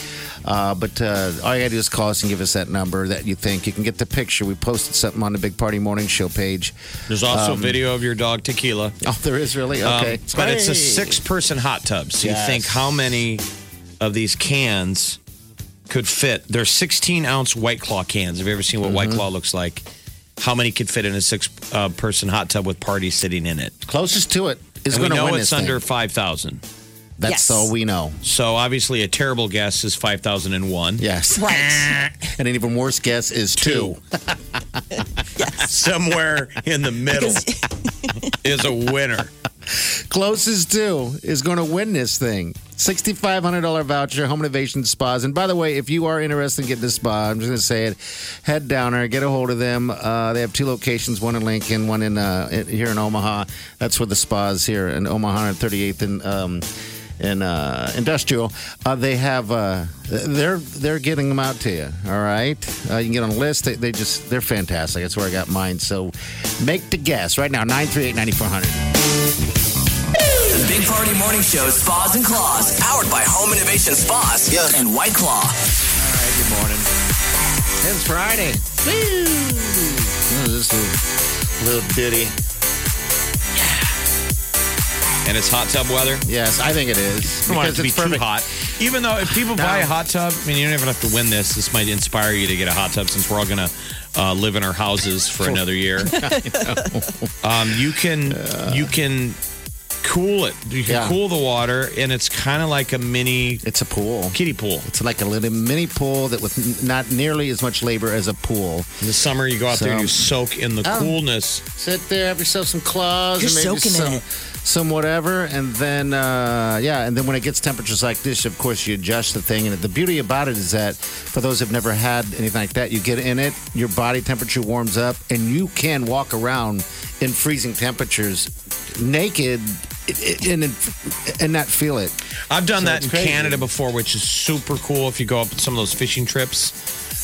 Uh, but uh, all you gotta do is call us and give us that number that you think. You can get the picture. We posted something on the Big Party Morning Show page.
There's also
Um,
video of your dog tequila.
Oh, there is really okay,
Um, but it's a
Hey.
six-person hot tub. So you
Yes.
think how many of these cans could fit? They're 16-ounce White Claw cans. Have you ever seen what
Mm-hmm.
White Claw looks like? How many could fit in a six-person hot tub with party sitting in it?
closest to it is
And we
going to
know
win this
it's
thing.
under 5,000.
That's
Yes.
all we know.
So obviously, a terrible guess is 5,001.
Yes.
Right.
And an even worse guess is two.
Somewhere in the middle is a winner.
Closest to is going to win this thing. $6,500 voucher, Home Innovation Spas. And by the way, if you are interested in getting a spa, I'm just going to say it, head down there, get a hold of them. Uh, they have two locations, one in Lincoln, one in uh, in- here in Omaha. That's where the spa is here in Omaha and 38th and um, in uh, industrial. Uh, they have uh, they're they're getting them out to you. All right, uh, you can get on a list. They, they just they're fantastic. That's where I got mine. So make the guess right now. Nine three eight ninety four hundred.
The Big Party Morning Show, Spas and Claws, powered by Home Innovation Spas and White Claw.
All right, good morning. It's Friday. Woo! This is a little ditty.
And it's hot tub weather?
Yes, I think it is.
don't want
Because
it to be
it's
too
perfect.
hot. Even though if people buy a hot tub, I mean, you don't even have to win this. This might inspire you to get a hot tub since we're all going to uh, live in our houses for another year. um, you can you can cool it. You can
Yeah.
cool the water, and it's kind of like a mini.
It's a pool,
kiddie pool.
It's like a little mini pool that with n- not nearly as much labor as a pool.
In the summer, you go out there and you soak in the
Oh.
coolness.
Sit there, have yourself some claws,
You're
and maybe
soaking in
some,
it.
some whatever, and then uh, yeah, and then when it gets temperatures like this, of course you adjust the thing. And the beauty about it is that for those who've never had anything like that, you get in it, your body temperature warms up, and you can walk around in freezing temperatures naked and and, and not feel it.
I've done
So
that
it's
in
crazy.
Canada before, which is super cool. If you go up some of those fishing trips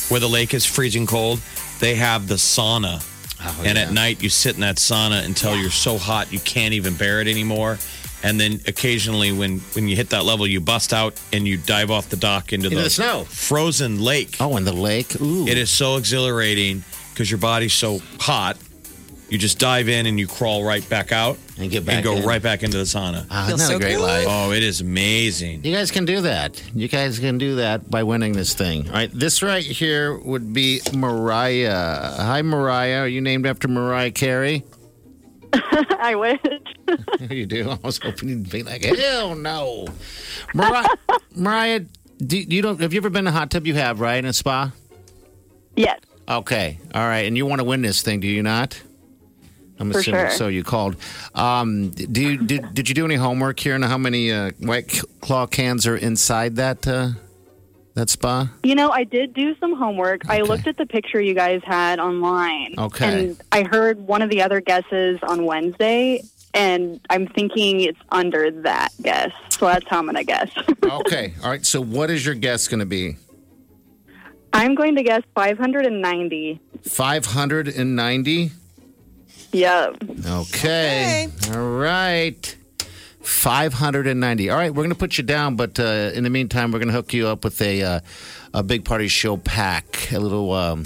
where the lake is freezing cold, they have the sauna.
Oh,
and at night, you sit in that sauna until you're so hot you can't even bear it anymore. And then occasionally, when, when you hit that level, you bust out and you dive off the dock into,
Into the snow.
frozen lake.
Oh, in the lake. Ooh.
It is so exhilarating because your body's so hot. You just dive in and you crawl right back out
and get back
go
in.
right back into the sauna.
Ah, isn't Feels that a so great good. life?
Oh, it is amazing.
You guys can do that. You guys can do that by winning this thing. All right, this right here would be Mariah. Hi, Mariah. Are you named after Mariah Carey?
I wish.
you do. I was hoping you'd be like, hell no. Mariah, Mariah do, you don't, have you ever been in a hot tub? You have, right? In a spa?
Yes.
Okay. All right. And you want to win this thing, do you not? I'm
For
assuming
sure.
so. You called. Um, do you, did, did you do any homework here? And how many uh, white claw cans are inside that uh, that spa?
You know, I did do some homework. I looked at the picture you guys had online.
Okay.
And I heard one of the other guesses on Wednesday, and I'm thinking it's under that guess. So that's how I'm going to guess.
okay. All right. So, what is your guess going to be?
I'm going to guess 590.
590?
Yep.
Okay. All right. 590. All right, we're going to put you down, but uh, in the meantime, we're going to hook you up with a uh, a big party show pack, a little um,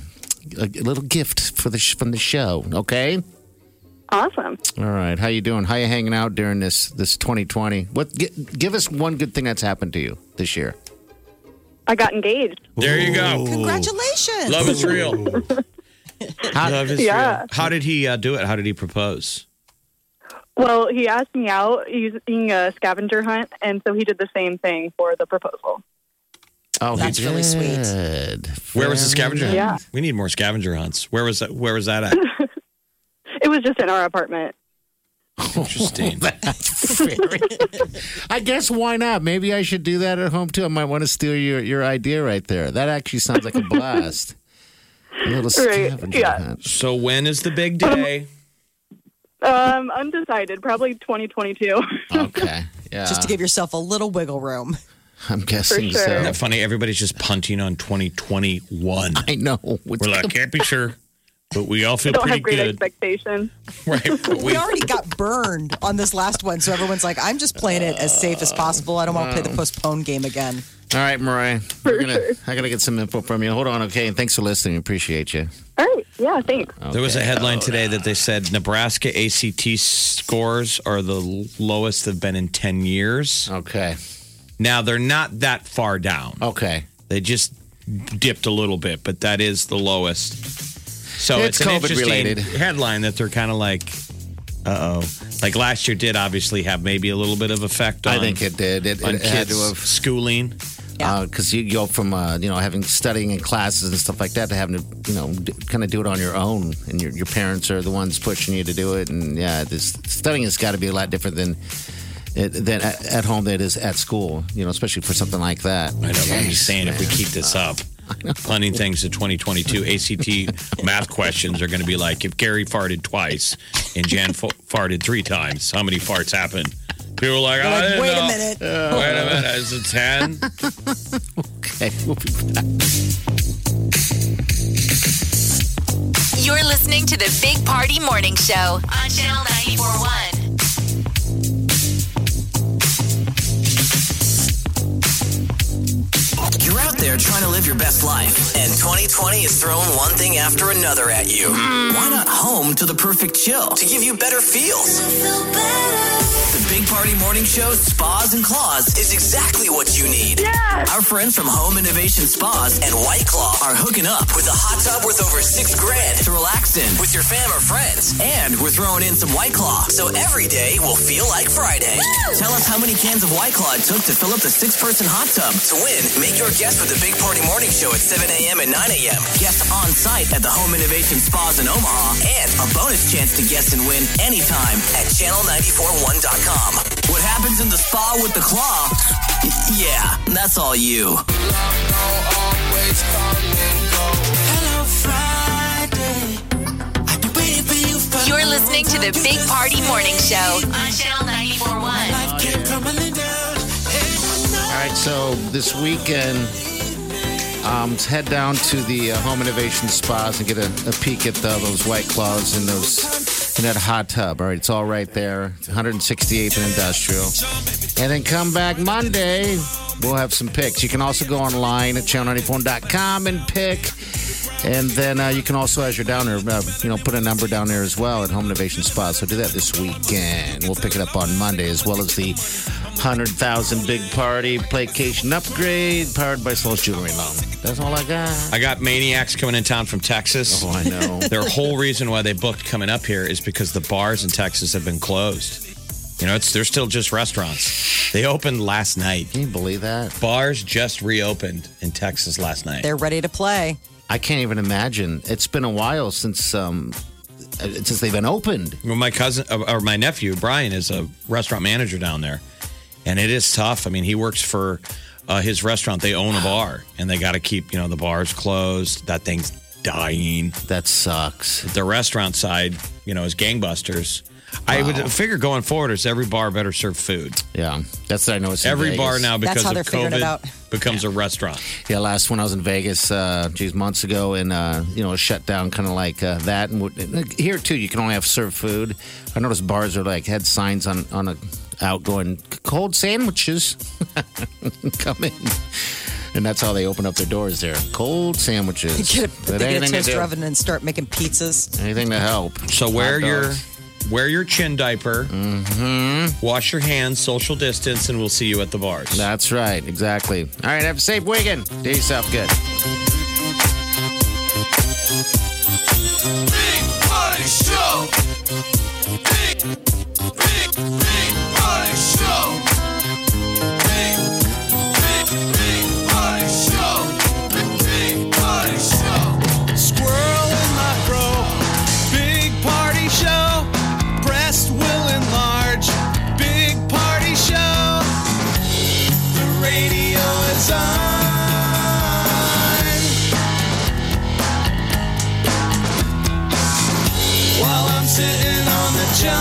a, a little gift for the sh- from the show. Okay.
Awesome.
All right. How you doing? How you hanging out during this this 2020? What gi- give us one good thing that's happened to you this year?
I got engaged.
There you go.
Congratulations.
Love is real. Love is
Yeah.
real. How did he uh, do it? How did he propose?
Well, he asked me out using a scavenger hunt, and so he did the same thing for the proposal.
Oh,
That's really sweet.
Where was the
Um,
scavenger hunt?
Yeah.
We need more scavenger hunts. Where was that? Where was that at?
It was just in our apartment.
Interesting.
I guess why not? Maybe I should do that at home too. I might want to steal your, your idea right there. That actually sounds like a blast. A little
Right,
scavenger
yeah.
hunt.
so when is the big day?
Um, undecided, probably 2022.
Okay. Yeah.
Just to give yourself a little wiggle room.
I'm guessing
For sure.
Isn't
so.
that funny? Everybody's just punting on 2021.
I know.
We're like, can't be sure, but we all feel
Don't
pretty
have great
good.
expectations.
Right. but
We already got burned on this last one, so everyone's like, I'm just playing it as safe as possible. I don't want to play the
Uh.
postpone game again.
All right, Mariah. We're gonna, I gotta get some info from you. Hold on, okay? And thanks for listening. Appreciate you.
All right. Yeah, thanks.
There was a headline today that they said Nebraska ACT scores are the l- lowest they've been in 10 years.
Okay.
Now, they're not that far down.
Okay.
They just dipped a little bit, but that is the lowest. So
It's
it's, an
COVID
interesting
related.
headline that they're kind of like, uh oh. Like last year did obviously have maybe a little bit of effect on,
I think it did. It,
on
it had
kids
to have
schooling.
because you go from uh, you know having studying in classes and stuff like that to having to you know d- kind of do it on your own, and your your parents are the ones pushing you to do it, and yeah, this studying has got to be a lot different than. It, than at, at home than it is at school, you know, especially for something like that.
I know, but I'm just saying if we keep this up, punting things to 2022, ACT math questions are going to be like if Gary farted twice and Jan f- farted three times, how many farts happened? People are like, I didn't
Wait
know.
a minute.
Wait a minute, is it 10?
Okay, we'll be back.
You're listening to the Big Party Morning Show on Channel 941.
You're out there trying to live your best life, and 2020 is throwing one thing after another at you. Why not home to the perfect chill to give you better feels? The Big Party Morning Show Spas and Claws is exactly what you need. Our friends from Home Innovation Spas and White Claw are hooking up with a hot tub worth over six grand to relax in with your fam or friends. And we're throwing in some White Claw, so every day will feel like Friday. Tell us how many cans of White Claw it took to fill up the six person hot tub. To win, make your guess with the Big Party Morning Show at 7 a.m. and 9 a.m. Guest on site at the Home Innovation Spas in Omaha, and a bonus chance to guess and win anytime at channel941.com. What happens in the spa with the claw? Yeah, that's all you.
Hello, Friday.
You're listening to the Big Party Morning Show on Channel 941.
All right, so this weekend, um, let's head down to the uh, Home Innovation Spas and get a, a peek at uh, those White Claws in those in that hot tub. All right, it's all right there, 168th and Industrial. And then come back Monday, we'll have some picks. You can also go online at channel94.com and pick. And then uh, you can also, as you're down there, uh, you know, put a number down there as well at Home Innovation Spa. So do that this weekend. We'll pick it up on Monday, as well as the 100,000 Big Party Playcation Upgrade powered by Sloan's Jewelry Loan. That's all I got.
I got maniacs coming in town from Texas. Oh,
I know.
Their whole reason why they booked coming up here is because the bars in Texas have been closed. You know, it's they're still just restaurants. They opened last night.
Can you believe that?
Bars just reopened in Texas last night.
They're ready to play.
I can't even imagine. It's been a while since um, uh, since they've been opened.
Well, my cousin uh, or my nephew Brian is a restaurant manager down there, and it is tough. I mean, he works for uh, his restaurant. They own a bar, and they got to keep you know the bars closed. That thing's dying.
That sucks.
The restaurant side, you know, is gangbusters. I would figure going forward is every bar better serve food.
Yeah, that's what I know. It's in
every
Vegas.
bar now
That's
because
how
of
they're figuring it
COVID
out.
becomes a restaurant.
Yeah, last when I was in Vegas, uh, geez, months ago, and uh, you know, it shut down kind of like uh, that. And would- here too, you can only have served food. I noticed bars are like had signs on on a outgoing cold sandwiches. Come in, and that's how they open up their doors there. Cold sandwiches.
You get a,
But
they get a
anything to
toaster
do.
oven and start making pizzas.
Anything to help.
So wear
Hot
your
dogs.
wear your chin diaper, wash your hands, social distance, and we'll see you at the bars.
That's right. Exactly. All right. Have a safe weekend. Do yourself good.
Big Party Show. Big, big, big Party Show. Big, big, big Party Show. Big Party Show. Squirrel in my fro. Big Party Show. Breast will enlarge. Big Party Show. The radio is on. while I'm sitting on the john.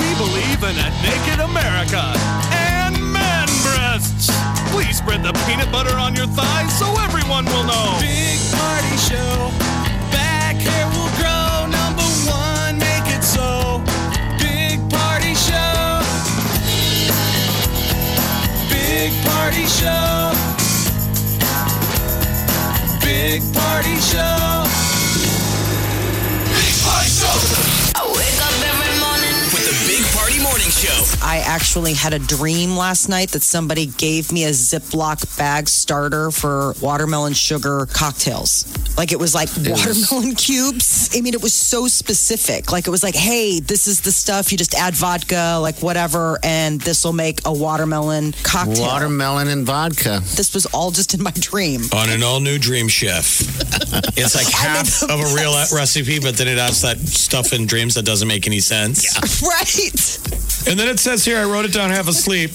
We believe in a naked America and man breasts. Please spread the peanut butter on your thighs so everyone will know. Big party show. Back hair will grow. Number one, make it so. Big party show. Big party show. Big party show.
I wake up every morning.
With the Big Party Morning Show.
I actually had a dream last night that somebody gave me a Ziploc bag starter for watermelon sugar cocktails. Like it was like watermelon cubes. I mean, it was so specific. Like it was like, hey, this is the stuff you just add vodka, like whatever, and this will make a watermelon cocktail.
Watermelon and vodka.
this was all just in my dream.
On an all new Dream Chef, it's like half of a real recipe, but then it adds that stuff in dreams that doesn't make any sense.
Right.
And then it says here, I wrote it down half asleep.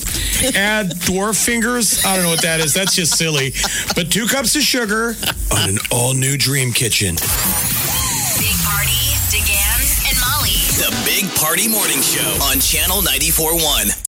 Add dwarf fingers. I don't know what that is. That's just silly. But two cups of sugar on an all new dream kitchen.
Big Party, DeGan, and Molly.
The Big Party Morning Show on Channel 94.1.